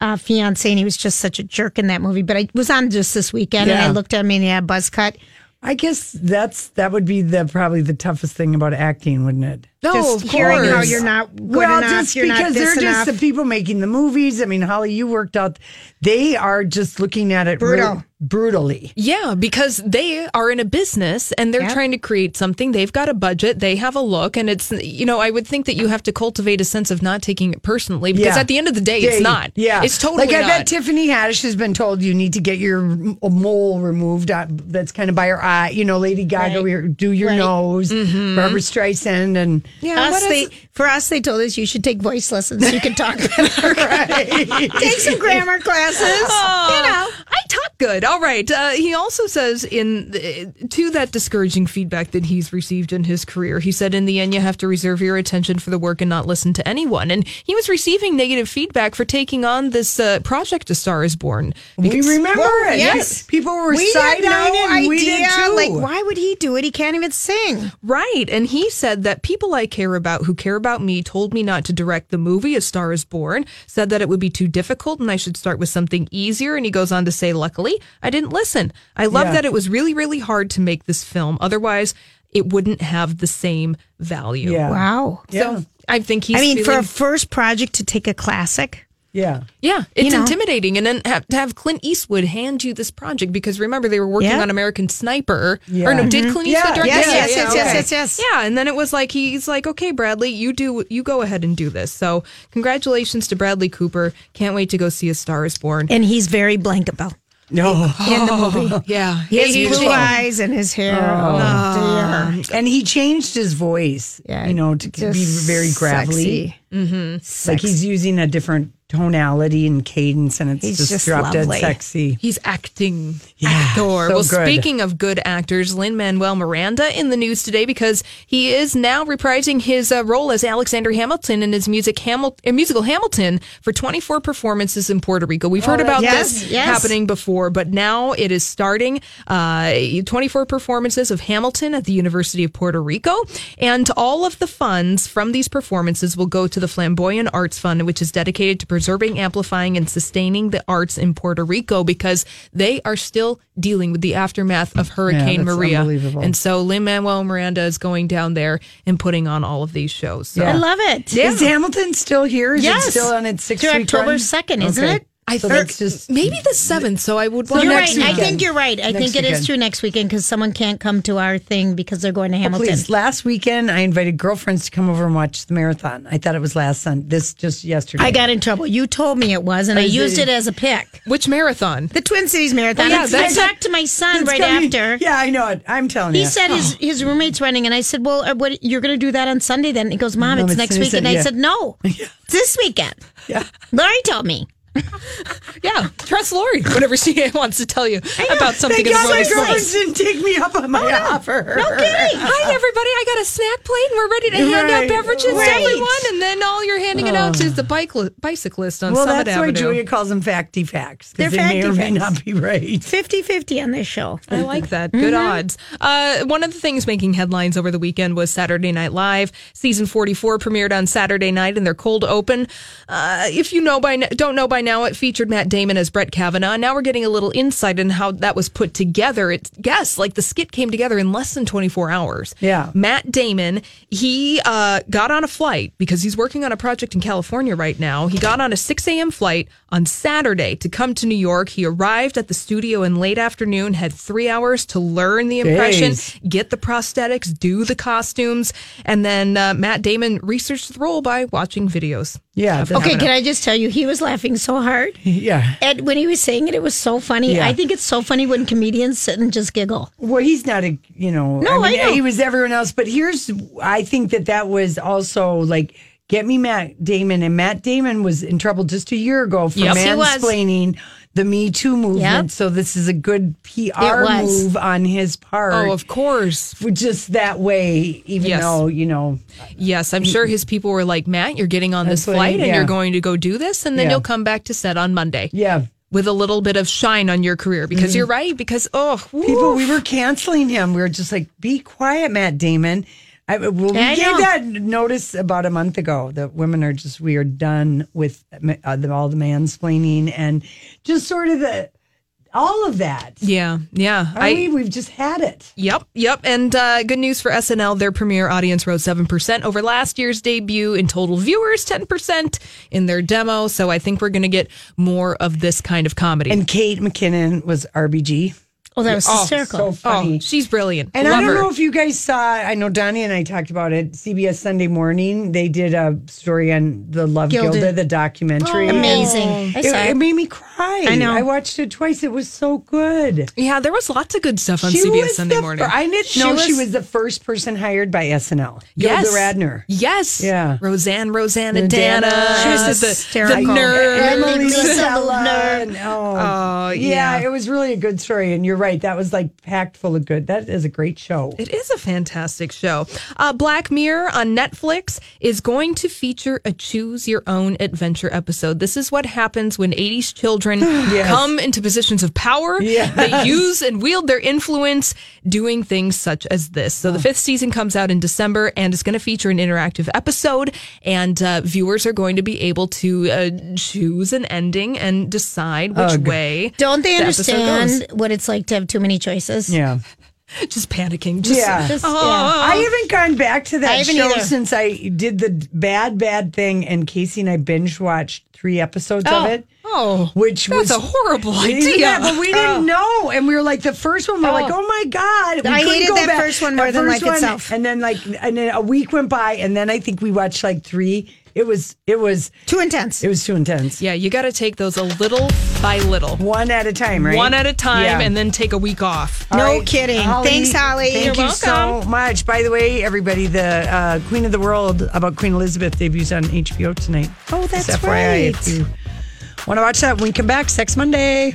Speaker 6: uh, fiance, and he was just such a jerk in that movie. But I was on just this weekend, and
Speaker 5: Yeah.
Speaker 6: I looked at him, and he had a buzz cut.
Speaker 5: I guess that's that would be the probably the toughest thing about acting, wouldn't it?
Speaker 8: No,
Speaker 6: Just
Speaker 8: of
Speaker 6: hearing how
Speaker 8: course.
Speaker 6: you're not good
Speaker 5: Oh, well,
Speaker 6: enough,
Speaker 5: just
Speaker 6: you're not
Speaker 5: because
Speaker 6: this
Speaker 5: they're just
Speaker 6: enough.
Speaker 5: the people making the movies. I mean, Holly, you worked out. They are just looking at it
Speaker 6: Brutal.
Speaker 5: real- brutally.
Speaker 8: Yeah, because they are in a business and they're
Speaker 6: Yeah.
Speaker 8: trying to create something. They've got a budget, they have a look, and it's, you know, I would think that you have to cultivate a sense of not taking it personally because
Speaker 5: Yeah.
Speaker 8: at the end of the day, it's
Speaker 5: They-
Speaker 8: not.
Speaker 5: Yeah,
Speaker 8: It's totally
Speaker 5: like I
Speaker 8: not.
Speaker 5: bet Tiffany Haddish has been told you need to get your m- mole removed. uh, That's kind of by her eye. You know, Lady Gaga,
Speaker 6: Right.
Speaker 5: your- do your
Speaker 6: Right.
Speaker 5: nose. Barbara Streisand, and
Speaker 8: Mm-hmm. yeah,
Speaker 6: us,
Speaker 8: what
Speaker 6: they,
Speaker 8: is-
Speaker 6: for us, they told us you should take voice lessons. You can talk better. Take some grammar classes.
Speaker 8: Oh, I talk Good. All right. Uh, he also says in to that discouraging feedback that he's received in his career. He said, "In the end, you have to reserve your attention for the work and not listen to anyone." And he was receiving negative feedback for taking on this uh, project, A Star Is Born.
Speaker 5: Because, we remember well, it. Yes, people were
Speaker 6: we
Speaker 5: side
Speaker 6: had no
Speaker 5: idea. We did too.
Speaker 6: Like, why would he do it? He can't even sing.
Speaker 8: Right. And he said that people I care about, who care about me, told me not to direct the movie A Star Is Born. Said that it would be too difficult, and I should start with something easier. And he goes on to say, "Luckily." I didn't listen. I love yeah. that it was really, really hard to make this film. Otherwise, it wouldn't have the same value.
Speaker 6: Yeah. Wow.
Speaker 8: Yeah. So I think he's.
Speaker 6: I mean,
Speaker 8: feeling-
Speaker 6: for a first project to take a classic.
Speaker 5: Yeah.
Speaker 8: Yeah. It's you know. intimidating. And then have, to have Clint Eastwood hand you this project because remember, they were working yeah. on American Sniper. Yeah. Or no, did mm-hmm. Clint Eastwood
Speaker 6: yeah. direct yes, yes, yes, okay. yes, yes, yes,
Speaker 8: Yeah. And then it was like, he's like, okay, Bradley, you do, you go ahead and do this. So congratulations to Bradley Cooper. Can't wait to go see A Star is Born.
Speaker 6: And he's very blankable.
Speaker 5: No,
Speaker 6: in the movie,
Speaker 8: yeah,
Speaker 6: his he blue eyes and his hair, oh, oh,
Speaker 5: and he changed his voice. Yeah, you know, to be very gravelly.
Speaker 8: Mm-hmm.
Speaker 5: Like he's using a different tonality and cadence, and it's he's just, just drop dead sexy.
Speaker 8: He's acting yeah, actor. So well, good. speaking of good actors, Lin Manuel Miranda in the news today because he is now reprising his uh, role as Alexander Hamilton in his music Hamil- uh, musical Hamilton for 24 performances in Puerto Rico. We've oh, heard about
Speaker 6: yes,
Speaker 8: this
Speaker 6: yes.
Speaker 8: happening before, but now it is starting uh, 24 performances of Hamilton at the University of Puerto Rico, and all of the funds from these performances will go to the Flamboyant Arts Fund, which is dedicated to preserving, amplifying, and sustaining the arts in Puerto Rico because they are still dealing with the aftermath of Hurricane
Speaker 5: yeah,
Speaker 8: Maria.
Speaker 5: And
Speaker 8: so Lin Manuel Miranda is going down there and putting on all of these shows. So.
Speaker 6: Yeah. I love it.
Speaker 5: Yeah. Is Hamilton still here? Is
Speaker 6: yes.
Speaker 5: it still on its sixth
Speaker 6: to October second, isn't okay. it?
Speaker 8: I so think just maybe the seventh. So I would.
Speaker 6: Well, you're right. Weekend. I think you're right. I next think it weekend. is true next weekend because someone can't come to our thing because they're going to Hamilton.
Speaker 5: Oh, please. Last weekend, I invited girlfriends to come over and watch the marathon. I thought it was last Sunday. This just yesterday.
Speaker 6: I got in trouble. You told me it was, and I, I used it as a pick.
Speaker 8: Which marathon?
Speaker 6: The Twin Cities Marathon. Oh, yeah, I talked to my son right coming. after.
Speaker 5: Yeah, I know it. I'm telling
Speaker 6: he
Speaker 5: you.
Speaker 6: He said oh. his his roommate's running, and I said, "Well, uh, what you're going to do that on Sunday?" Then he goes, "Mom, Mom it's, it's, next week," and yeah. I said, "No, yeah. this weekend."
Speaker 5: Yeah,
Speaker 6: Lori told me.
Speaker 8: yeah, trust Lori whenever she wants to tell you about something.
Speaker 5: Thank God my girlfriends didn't take me up on my oh,
Speaker 6: no.
Speaker 5: offer.
Speaker 6: No kidding.
Speaker 8: Hi everybody, I got a snack plate and we're ready to hand right. out beverages right. to everyone. And then all you're handing it out oh. is the bike li- bicyclist on
Speaker 5: well,
Speaker 8: Summit
Speaker 5: that's
Speaker 8: Avenue.
Speaker 5: why Julia calls them facty facts. They're they may or may not be right.
Speaker 6: 50-50 on this show.
Speaker 8: I like that. Good mm-hmm. odds. Uh, one of the things making headlines over the weekend was Saturday Night Live season 44 premiered on Saturday night and their cold open. Uh, if you know by now, don't know by now it featured Matt Damon as Brett Kavanaugh. Now we're getting a little insight in how that was put together. It's yes, like the skit came together in less than 24 hours.
Speaker 5: Yeah.
Speaker 8: Matt Damon, he uh, got on a flight because he's working on a project in California right now. He got on a 6 a.m. flight on Saturday to come to New York. He arrived at the studio in late afternoon, had three hours to learn the impression, Jeez. get the prosthetics, do the costumes, and then uh, Matt Damon researched the role by watching videos.
Speaker 5: Yeah.
Speaker 6: Okay, can I just tell you, he was laughing so hard.
Speaker 5: Yeah.
Speaker 6: And when he was saying it, it was so funny.
Speaker 5: Yeah.
Speaker 6: I think it's so funny when comedians sit and just giggle.
Speaker 5: Well, he's not a, you know,
Speaker 6: no,
Speaker 5: I, mean,
Speaker 6: I know.
Speaker 5: he was everyone else. But here's, I think that that was also like, get me Matt Damon. And Matt Damon was in trouble just a year ago for
Speaker 6: yes,
Speaker 5: mansplaining the Me Too movement. Yep. So this is a good PR move on his part.
Speaker 8: Oh, of course.
Speaker 5: Just that way, even
Speaker 8: yes.
Speaker 5: though, you know.
Speaker 8: Yes,
Speaker 5: Mm.
Speaker 8: I'm sure his people were like, Matt, you're getting on this flight
Speaker 5: yeah.
Speaker 8: and you're going to go do this, and then
Speaker 5: yeah.
Speaker 8: you'll come back to set on Monday.
Speaker 5: Yeah
Speaker 8: with a little bit of shine on your career because mm-hmm. you're right. Because oh, woof.
Speaker 5: people, we were canceling him. We were just like, be quiet, Matt Damon. I, well, we
Speaker 6: I
Speaker 5: gave
Speaker 6: know.
Speaker 5: that notice about a month ago that women are just we are done with uh, the, all the mansplaining and just sort of the all of that.
Speaker 8: Yeah, yeah.
Speaker 5: I, we? We've just had it.
Speaker 8: Yep, yep. And uh, good news for SNL: their premiere audience rose seven percent over last year's debut. In total viewers, ten percent in their demo. So I think we're going to get more of this kind of comedy.
Speaker 5: And Kate McKinnon was RBG.
Speaker 6: Oh, that was
Speaker 8: Oh,
Speaker 6: hysterical.
Speaker 8: so funny. she's brilliant.
Speaker 5: And
Speaker 8: Love
Speaker 5: I don't
Speaker 8: her.
Speaker 5: know if you guys saw. I know Donnie and I talked about it. CBS Sunday Morning. They did a story on the Love
Speaker 6: Gilded.
Speaker 5: Gilda, the documentary.
Speaker 6: Oh, amazing. I
Speaker 5: It,
Speaker 6: saw it.
Speaker 5: it made me cry.
Speaker 6: I know.
Speaker 5: I watched it twice. It was so good.
Speaker 8: Yeah, there was lots of good stuff on
Speaker 5: She
Speaker 8: CBS
Speaker 5: was
Speaker 8: Sunday
Speaker 5: the
Speaker 8: morning.
Speaker 5: fir- I didn't know she was
Speaker 8: the
Speaker 5: the first person hired by SNL.
Speaker 8: yes.
Speaker 5: Gilda Radner.
Speaker 8: Yes.
Speaker 5: Yeah.
Speaker 8: Roseanne, Rosanna
Speaker 5: Dana.
Speaker 8: Dana.
Speaker 5: She was
Speaker 8: the,
Speaker 6: hysterical.
Speaker 8: The nerd.
Speaker 5: Emily
Speaker 6: Lisa
Speaker 5: Sella.
Speaker 6: Nerd.
Speaker 5: Oh,
Speaker 8: Oh,
Speaker 5: yeah.
Speaker 8: yeah.
Speaker 5: It was really a good story. And you're right. That was like packed full of good. That is a great show.
Speaker 8: It is a fantastic show. Uh, Black Mirror on Netflix is going to feature a choose your own adventure episode. This is what happens when 80s children come into positions of power.
Speaker 5: Yes.
Speaker 8: They use and wield their influence doing things such as this. So the fifth season comes out in December and it's going to feature an interactive episode. And uh, viewers are going to be able to uh, choose an ending and decide which way.
Speaker 6: Don't they
Speaker 8: the episode
Speaker 6: understand what it's like to have too many choices?
Speaker 5: Yeah.
Speaker 8: goes. Just panicking. Just,
Speaker 5: Yeah.
Speaker 6: Just-
Speaker 8: oh,
Speaker 5: I haven't gone back to
Speaker 6: I
Speaker 5: that
Speaker 6: haven't
Speaker 5: show
Speaker 6: either.
Speaker 5: since I did the bad, bad thing, and Casey and I binge watched three episodes
Speaker 8: Oh.
Speaker 5: of it.
Speaker 8: Oh,
Speaker 5: which
Speaker 8: that's
Speaker 5: was
Speaker 8: a horrible
Speaker 5: Isn't
Speaker 8: idea.
Speaker 5: that- but we didn't know, and we were like the first one. We we're like,
Speaker 6: Oh.
Speaker 5: oh my god, we
Speaker 6: I
Speaker 5: couldn't
Speaker 6: hated
Speaker 5: go
Speaker 6: that
Speaker 5: back.
Speaker 6: first one more
Speaker 5: That
Speaker 6: than
Speaker 5: first
Speaker 6: life itself.
Speaker 5: And then like, and then a week went by, and then I think we watched like three. It was, it was,
Speaker 6: Too intense.
Speaker 5: it was too intense.
Speaker 8: Yeah, you got to take those a little by little,
Speaker 5: One at a time, right?
Speaker 8: one at a time,
Speaker 5: Yeah.
Speaker 8: and then take a week off.
Speaker 6: No kidding. Thanks, Holly.
Speaker 5: Thank
Speaker 6: You're
Speaker 5: you so much. By the way, everybody, the uh, Queen of the World about Queen Elizabeth debuts on HBO tonight.
Speaker 6: Oh, that's
Speaker 5: Just FYI,
Speaker 6: right.
Speaker 5: If you want to watch that when we come back, Sex Monday.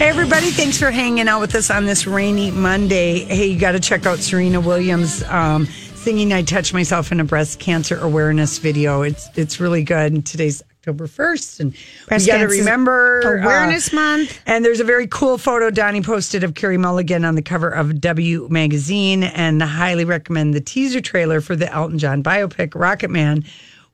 Speaker 5: Hey, everybody, thanks for hanging out with us on this rainy Monday. Hey, you got to check out Serena Williams um, singing I Touch Myself in a Breast Cancer Awareness video. It's it's really good. And today's October 1st. And
Speaker 6: Breast
Speaker 5: you got to
Speaker 6: Cancer
Speaker 5: remember uh,
Speaker 6: Awareness Month.
Speaker 5: And there's a very cool photo Donnie posted of Carrie Mulligan on the cover of W Magazine. And I highly recommend the teaser trailer for the Elton John biopic, Rocket Man,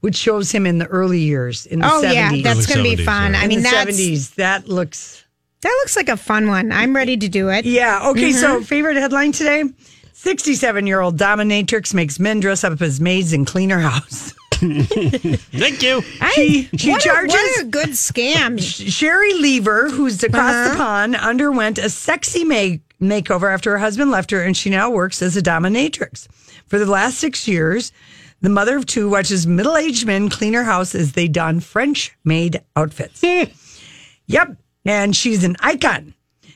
Speaker 5: which shows him in the early years, in the
Speaker 6: Oh
Speaker 5: 70s.
Speaker 6: yeah, that's
Speaker 3: Early
Speaker 6: going to be
Speaker 3: 70s,
Speaker 6: fun.
Speaker 3: yeah.
Speaker 6: I
Speaker 5: in
Speaker 6: mean,
Speaker 5: the
Speaker 6: that's
Speaker 5: 70s. That looks.
Speaker 6: that looks like a fun one. I'm ready to do it.
Speaker 5: Yeah. Okay.
Speaker 6: Mm-hmm.
Speaker 5: So, favorite headline today 67 year old dominatrix makes men dress up as maids and clean her house.
Speaker 3: Thank you.
Speaker 5: she she
Speaker 6: what,
Speaker 5: charges.
Speaker 6: A, what a good scam.
Speaker 5: Sherry Lever, who's across the pond, underwent a sexy make- makeover after her husband left her, and she now works as a dominatrix. For the last six years, the mother of two watches middle aged men clean her house as they don French maid outfits. yep. And she's an icon.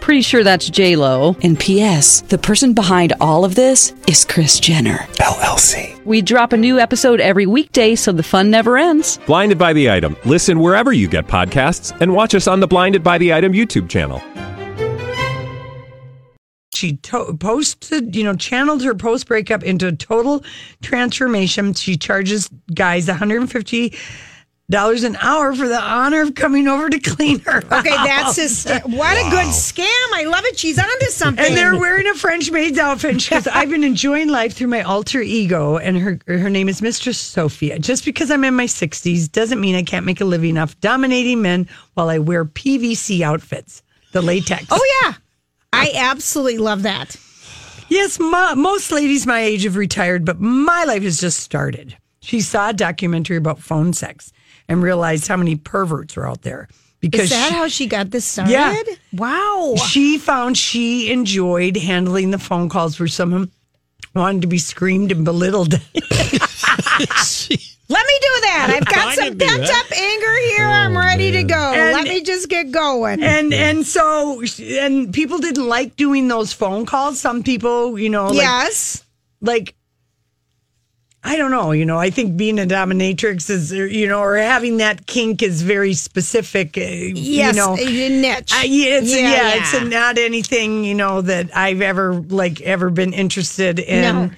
Speaker 10: Pretty sure that's J Lo. And P.S. The person behind all of this is Chris Jenner
Speaker 11: LLC.
Speaker 10: We drop a new episode every weekday, so the fun never ends.
Speaker 11: Blinded by the item. Listen wherever you get podcasts, and watch us on the Blinded by the Item YouTube channel.
Speaker 5: she to- posted, you know, channeled her post breakup into a total transformation. She charges guys $150 an hour for the honor of coming over to clean her.
Speaker 6: Okay, that's
Speaker 5: house.
Speaker 6: just what a good scam. I love it. She's onto something.
Speaker 5: And they're wearing a French maid's outfit. And she goes, I've been enjoying life through my alter ego. And her her name is Mistress Sophia. Just because I'm in my 60s doesn't mean I can't make a living off dominating men while I wear PVC outfits, the latex.
Speaker 6: oh yeah, I absolutely love that.
Speaker 5: Yes, mo- most ladies my age have retired, but my life has just started. She saw a documentary about phone sex and realized how many perverts were out there because
Speaker 6: Is that
Speaker 5: she,
Speaker 6: how she got this started?
Speaker 5: Yeah.
Speaker 6: Wow.
Speaker 5: she found she enjoyed handling the phone calls where someone wanted to be screamed and belittled.
Speaker 6: Let me do that. I've got
Speaker 3: I
Speaker 6: some
Speaker 3: didn't do
Speaker 6: pent
Speaker 3: that.
Speaker 6: up anger here. I'm ready to go.
Speaker 5: Oh, And-
Speaker 6: Let me just get going.
Speaker 5: and and so and people didn't like doing those phone calls. Some people, you know, like-
Speaker 6: yes.
Speaker 5: like I don't know, you know, I think being a dominatrix is you know, or having that kink is very specific, uh,
Speaker 6: Yes,
Speaker 5: you know.
Speaker 6: a niche.
Speaker 5: I, yeah, it's, yeah,
Speaker 6: Yeah,
Speaker 5: it's
Speaker 6: yeah.
Speaker 5: not anything you know that I've ever like ever been interested in.
Speaker 6: No.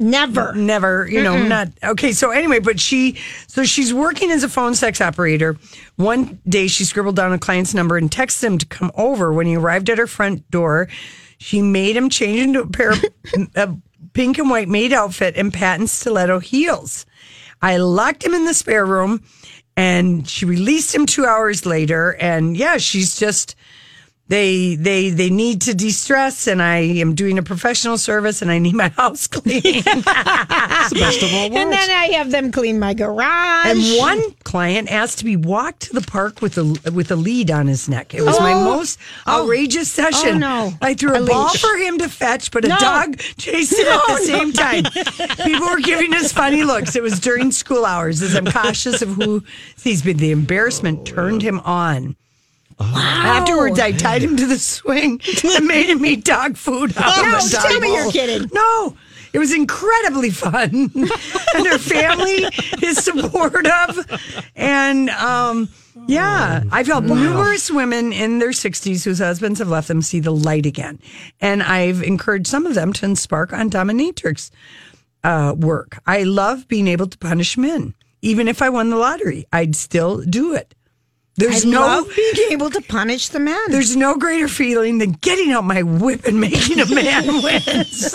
Speaker 6: Never.
Speaker 5: Never, you know,
Speaker 6: Mm-mm.
Speaker 5: not. Okay, so anyway, but she, so she's working as a phone sex operator. One day she scribbled down a client's number and texted him to come over. When he arrived at her front door, she made him change into a pair of a pink and white maid outfit and patent stiletto heels. I locked him in the spare room and she released him two hours later. And yeah, she's just they they they need to de-stress and i am doing a professional service and i need my house clean
Speaker 3: best of all
Speaker 6: And then I have them clean my garage.
Speaker 5: and one client asked to be walked to the park with a with a lead on his neck it was my
Speaker 6: Oh.
Speaker 5: most
Speaker 6: Oh.
Speaker 5: outrageous session
Speaker 6: Oh, no.
Speaker 5: i threw a,
Speaker 6: A
Speaker 5: ball
Speaker 6: leash.
Speaker 5: for him to fetch but a
Speaker 6: No.
Speaker 5: dog chased him at the same time people were giving us funny looks it was during school hours as i'm cautious of who sees me the embarrassment turned him on Afterwards, I tied him to the swing and made him eat dog food. out
Speaker 6: No,
Speaker 5: of the dog
Speaker 6: tell me
Speaker 5: bowl.
Speaker 6: you're kidding.
Speaker 5: No, it was incredibly fun, and her family is supportive, and um, yeah, I've helped numerous women in their sixties whose husbands have left them see the light again, and I've encouraged some of them to spark on dominatrix uh, work. I love being able to punish men, even if I won the lottery, I'd still do it. There's
Speaker 6: I
Speaker 5: no
Speaker 6: love being able to punish the men.
Speaker 5: there's no greater feeling than getting out my whip and making a man wince.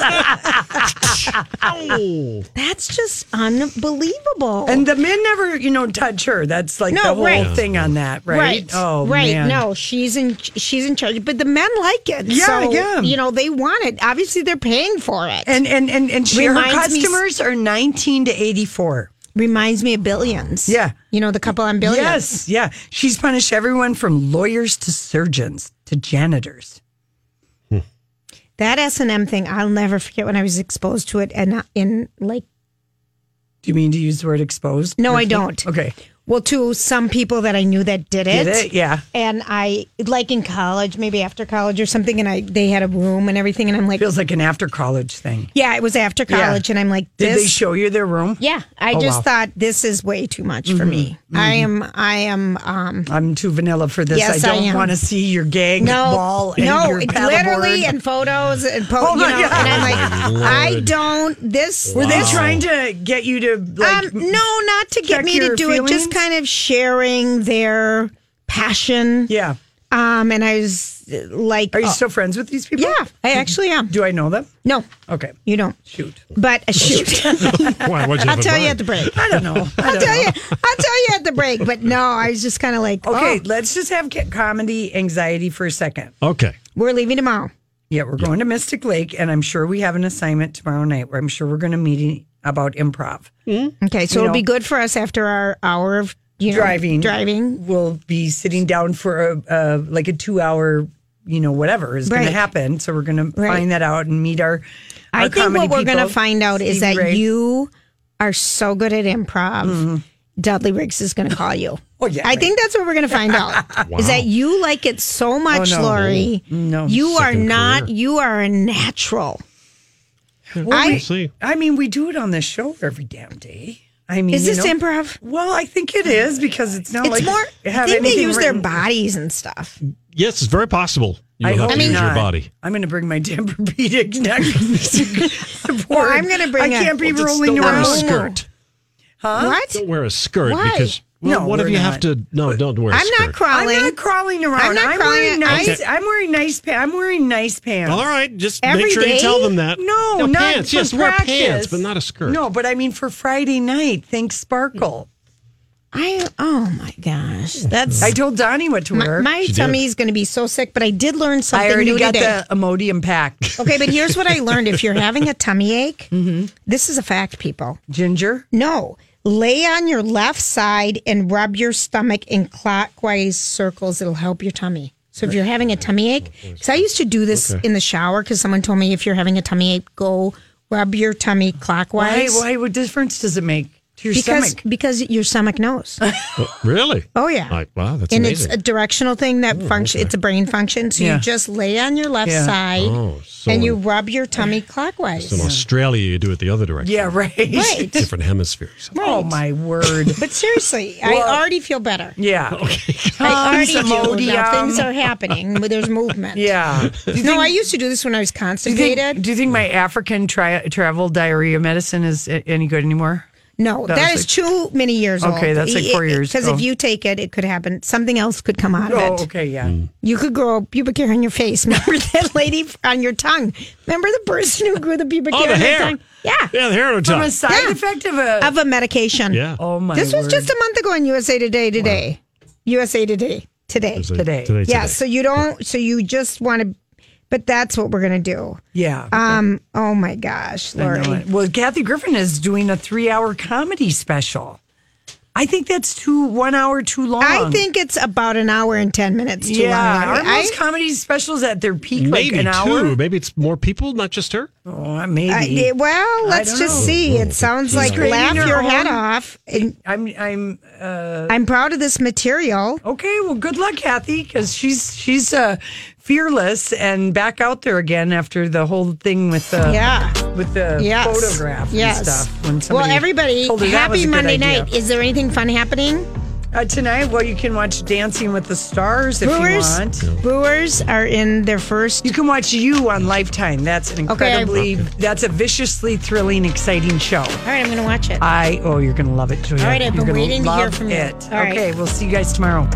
Speaker 6: That's just unbelievable.
Speaker 5: and the men never, you know, touch her. That's like
Speaker 6: No,
Speaker 5: the whole
Speaker 6: right.
Speaker 5: thing on that, right?
Speaker 6: Right.
Speaker 5: Oh,
Speaker 6: right.
Speaker 5: man.
Speaker 6: No, she's in she's in charge, but the men like it.
Speaker 5: Yeah,
Speaker 6: so,
Speaker 5: yeah.
Speaker 6: You know, they want it. Obviously, they're paying for it.
Speaker 5: And and and and she, her
Speaker 6: Reminds me-
Speaker 5: customers are 19 to 84.
Speaker 6: Reminds me of Billions.
Speaker 5: Yeah.
Speaker 6: You know, the couple on Billions.
Speaker 5: Yes, yeah. She's punished everyone from lawyers to surgeons to janitors.
Speaker 6: That S and M thing, I'll never forget when I was exposed to it, and not in like,
Speaker 5: Do you mean to use the word exposed?
Speaker 6: No, I don't.
Speaker 5: Okay.
Speaker 6: well, to some people that I knew that did it.
Speaker 5: Did it? Yeah.
Speaker 6: And I like in college, maybe after college or something, and I they had a room and everything, and I'm like,
Speaker 5: Feels like an after college thing.
Speaker 6: yeah, it was after
Speaker 5: Yeah.
Speaker 6: college, and I'm like,
Speaker 5: Did
Speaker 6: this
Speaker 5: they show you their room?
Speaker 6: Yeah, I
Speaker 5: Oh,
Speaker 6: just
Speaker 5: wow. Mm-hmm.
Speaker 6: thought this is way too much for me. I am, I am, um,
Speaker 5: I'm too vanilla for this.
Speaker 6: Yes,
Speaker 5: I
Speaker 6: I
Speaker 5: don't
Speaker 6: am.
Speaker 5: want to see your gang
Speaker 6: no,
Speaker 5: wall and
Speaker 6: no,
Speaker 5: your
Speaker 6: it-
Speaker 5: paddleboard.
Speaker 6: literally, and photos, and po-
Speaker 5: Oh
Speaker 6: you
Speaker 5: my
Speaker 6: know,
Speaker 5: God.
Speaker 6: and I'm
Speaker 5: Oh
Speaker 6: like,
Speaker 5: my
Speaker 6: I
Speaker 5: Lord.
Speaker 6: don't. This
Speaker 5: Were they
Speaker 6: this-
Speaker 5: trying to get you to like?
Speaker 6: um, no, not to get
Speaker 5: check
Speaker 6: me to
Speaker 5: your
Speaker 6: do it. Just
Speaker 5: feelings?
Speaker 6: kind of sharing their passion.
Speaker 5: Yeah.
Speaker 6: Um, and I was uh, like,
Speaker 5: Are you
Speaker 6: oh,
Speaker 5: still friends with these people?
Speaker 6: yeah, I actually am.
Speaker 5: Do I know them?
Speaker 6: No,
Speaker 5: Okay.
Speaker 6: you don't.
Speaker 5: Shoot.
Speaker 6: But uh, shoot,
Speaker 3: Why, what'd you
Speaker 6: I'll
Speaker 3: have in
Speaker 6: tell you at
Speaker 3: mind?
Speaker 6: the break.
Speaker 5: I don't know. I
Speaker 6: I'll
Speaker 5: don't
Speaker 6: tell
Speaker 5: know.
Speaker 6: you. I'll tell you at the break. But no, I was just kind of like, oh,
Speaker 5: Okay,
Speaker 6: okay,
Speaker 5: let's just have ca- comedy anxiety for a second.
Speaker 3: Okay.
Speaker 6: we're leaving tomorrow.
Speaker 5: Yeah, we're going to Mystic Lake, and I'm sure we have an assignment tomorrow night where I'm sure we're going to meeting about improv.
Speaker 6: Okay, so
Speaker 5: You
Speaker 6: it'll
Speaker 5: know.
Speaker 6: be good for us after our hour of you know,
Speaker 5: driving.
Speaker 6: Driving.
Speaker 5: We'll be sitting down for a, a like a two hour, you know, whatever is going
Speaker 6: Right.
Speaker 5: to happen. So we're going to
Speaker 6: Right.
Speaker 5: find that out and meet our.
Speaker 6: I
Speaker 5: our
Speaker 6: think
Speaker 5: comedy
Speaker 6: what we're going to
Speaker 5: people.
Speaker 6: find out is
Speaker 5: Stevie
Speaker 6: that
Speaker 5: Ray. Mm-hmm.
Speaker 6: you are so good at improv. Dudley Riggs is going to call you.
Speaker 5: Oh, yeah,
Speaker 6: I
Speaker 5: right.
Speaker 6: think that's what we're going to find out. Is that you like it so much,
Speaker 5: Oh, no.
Speaker 6: Lori?
Speaker 5: No.
Speaker 6: you are
Speaker 3: Second
Speaker 6: not.
Speaker 3: career.
Speaker 6: You are a natural.
Speaker 5: Well,
Speaker 6: I-
Speaker 3: We'll see.
Speaker 5: I mean, we do it on this show every damn day. I mean,
Speaker 6: Is
Speaker 5: you
Speaker 6: this
Speaker 5: know-
Speaker 6: improv?
Speaker 5: Well, I think it is because it's not
Speaker 6: It's
Speaker 5: like
Speaker 6: more. I
Speaker 5: it have
Speaker 6: think they
Speaker 5: anything
Speaker 6: use their
Speaker 5: written-
Speaker 6: bodies and stuff.
Speaker 3: Yes, it's very possible. You
Speaker 5: I
Speaker 3: have
Speaker 5: hope
Speaker 3: to use your
Speaker 5: not.
Speaker 3: body.
Speaker 5: I'm going to bring my Tempur-Pedic neck support.
Speaker 6: Well, I'm gonna bring
Speaker 5: I
Speaker 6: a-
Speaker 5: can't be
Speaker 3: Well, just
Speaker 5: rolling
Speaker 3: don't wear a
Speaker 5: around.
Speaker 3: skirt.
Speaker 6: What?
Speaker 3: Don't wear a skirt
Speaker 6: Why?
Speaker 3: because well,
Speaker 5: No,
Speaker 3: what if
Speaker 5: we're
Speaker 3: you have
Speaker 5: not.
Speaker 3: to? No, don't wear. a
Speaker 6: I'm
Speaker 3: skirt.
Speaker 6: not crawling.
Speaker 5: I'm not crawling around.
Speaker 6: I'm not crawling.
Speaker 5: wearing nice.
Speaker 3: Okay.
Speaker 5: I'm wearing nice pants. I'm wearing nice pants.
Speaker 3: All right, just
Speaker 6: Every
Speaker 3: make sure
Speaker 6: day?
Speaker 3: you tell them that.
Speaker 5: No,
Speaker 3: no
Speaker 5: not
Speaker 3: pants.
Speaker 5: for
Speaker 3: yes,
Speaker 5: practice.
Speaker 3: wear pants, but not a skirt.
Speaker 5: No, but I mean for Friday night. Think sparkle.
Speaker 6: I. Oh my gosh. That's.
Speaker 5: I told Donnie what to
Speaker 6: my
Speaker 5: wear.
Speaker 6: my
Speaker 3: did.
Speaker 6: tummy is going to be so sick, but I did learn something
Speaker 5: I already
Speaker 6: new
Speaker 5: got
Speaker 6: today.
Speaker 5: the Mm-hmm. Imodium pack.
Speaker 6: Okay, but here's what I learned. If you're having a tummy ache, this is a fact, people.
Speaker 5: Ginger.
Speaker 6: No, lay on your left side and rub your stomach in clockwise circles. It'll help your tummy. So if you're having a tummy ache, because I used to do this in the shower because someone told me if you're having a tummy ache, go rub your tummy
Speaker 5: Why?
Speaker 6: clockwise.
Speaker 5: Why? What difference does it make? To your
Speaker 6: because,
Speaker 5: stomach.
Speaker 6: Because your stomach knows.
Speaker 3: Oh, really?
Speaker 6: Oh, yeah.
Speaker 3: Like, wow, that's
Speaker 6: and
Speaker 3: amazing. Oh,
Speaker 6: it's a directional thing that function. It's a brain function. So
Speaker 3: Yeah.
Speaker 6: you just lay on your left
Speaker 3: Yeah.
Speaker 6: side
Speaker 3: Oh, so
Speaker 6: and you rub your tummy clockwise.
Speaker 3: So in Australia, you do it the other direction.
Speaker 6: Yeah, right. Right.
Speaker 3: Different hemispheres.
Speaker 5: Oh my word!
Speaker 6: But seriously,
Speaker 5: Well-
Speaker 6: I already feel better.
Speaker 5: Yeah.
Speaker 6: I already
Speaker 5: Some
Speaker 6: do. Now
Speaker 5: Imodium.
Speaker 6: things are happening. but There's movement.
Speaker 5: Yeah.
Speaker 6: No, I used to do this when I was
Speaker 5: Do you
Speaker 6: constipated.
Speaker 5: think, do you think my African tri- travel diarrhea medicine is a- any good anymore?
Speaker 6: No,
Speaker 5: That
Speaker 6: that
Speaker 5: was
Speaker 6: is
Speaker 5: like-
Speaker 6: too many years old.
Speaker 5: Okay, that's like four years.
Speaker 6: Because
Speaker 5: Oh.
Speaker 6: if you take it, it could happen. Something else could come out of it.
Speaker 5: Oh, okay, yeah.
Speaker 3: Mm.
Speaker 6: You could grow pubic hair on your face. Remember that lady on your tongue? Remember the person who grew the pubic
Speaker 3: Oh,
Speaker 6: hair
Speaker 3: the
Speaker 6: on
Speaker 3: hair.
Speaker 6: their tongue? Yeah.
Speaker 3: Yeah, the hair on her
Speaker 5: From
Speaker 3: tongue.
Speaker 5: a side effect of a
Speaker 6: Of a medication.
Speaker 3: Yeah.
Speaker 5: Oh my.
Speaker 6: This was
Speaker 5: word.
Speaker 6: just a month ago in USA Today today. USA Today today.
Speaker 3: Is it- Today. today,
Speaker 6: Yeah,
Speaker 3: today.
Speaker 6: so you don't so you just want to but that's what we're going to do.
Speaker 5: yeah.
Speaker 6: Um oh my gosh,
Speaker 5: I know
Speaker 6: Lori.
Speaker 5: it. Well, Kathy Griffin is doing a three-hour comedy special. I think that's too one hour too long.
Speaker 6: I think it's about an hour and 10 minutes too
Speaker 5: yeah.
Speaker 6: long.
Speaker 5: Aren't
Speaker 6: I-
Speaker 5: most comedy specials at their peak
Speaker 3: Maybe
Speaker 5: like an
Speaker 3: two.
Speaker 5: hour?
Speaker 3: Maybe it's more people, not just her.
Speaker 5: Oh,
Speaker 6: I-
Speaker 5: maybe.
Speaker 6: it- well, let's
Speaker 5: don't
Speaker 6: just
Speaker 5: know.
Speaker 6: see. It sounds like
Speaker 5: creating
Speaker 6: laugh
Speaker 5: her
Speaker 6: your head
Speaker 5: own-
Speaker 6: off. And
Speaker 5: I'm. I'm. Uh,
Speaker 6: I'm proud of this material.
Speaker 5: okay. Well, good luck, Kathy, because she's she's uh, fearless and back out there again after the whole thing with the
Speaker 6: Yeah.
Speaker 5: with uh, the
Speaker 6: Yes.
Speaker 5: photograph and
Speaker 6: Yes.
Speaker 5: stuff. When
Speaker 6: Well,
Speaker 5: somebody
Speaker 6: everybody,
Speaker 5: told her that was
Speaker 6: happy
Speaker 5: a good
Speaker 6: Monday
Speaker 5: idea.
Speaker 6: night. Is there anything fun happening?
Speaker 5: Uh, tonight, well, you can watch Dancing with the Stars if
Speaker 6: Brewers,
Speaker 5: you want.
Speaker 6: Brewers are in their first.
Speaker 5: You can watch you on Lifetime. That's an
Speaker 6: Okay.
Speaker 5: incredibly, that's a viciously thrilling, exciting show.
Speaker 6: All right, I'm going to watch it.
Speaker 5: I, oh, you're going to love it, Julia.
Speaker 6: All right, I've
Speaker 5: You're
Speaker 6: been
Speaker 5: gonna
Speaker 6: waiting to hear
Speaker 5: love
Speaker 6: from you.
Speaker 5: It.
Speaker 6: All right.
Speaker 5: Okay, we'll see you guys tomorrow.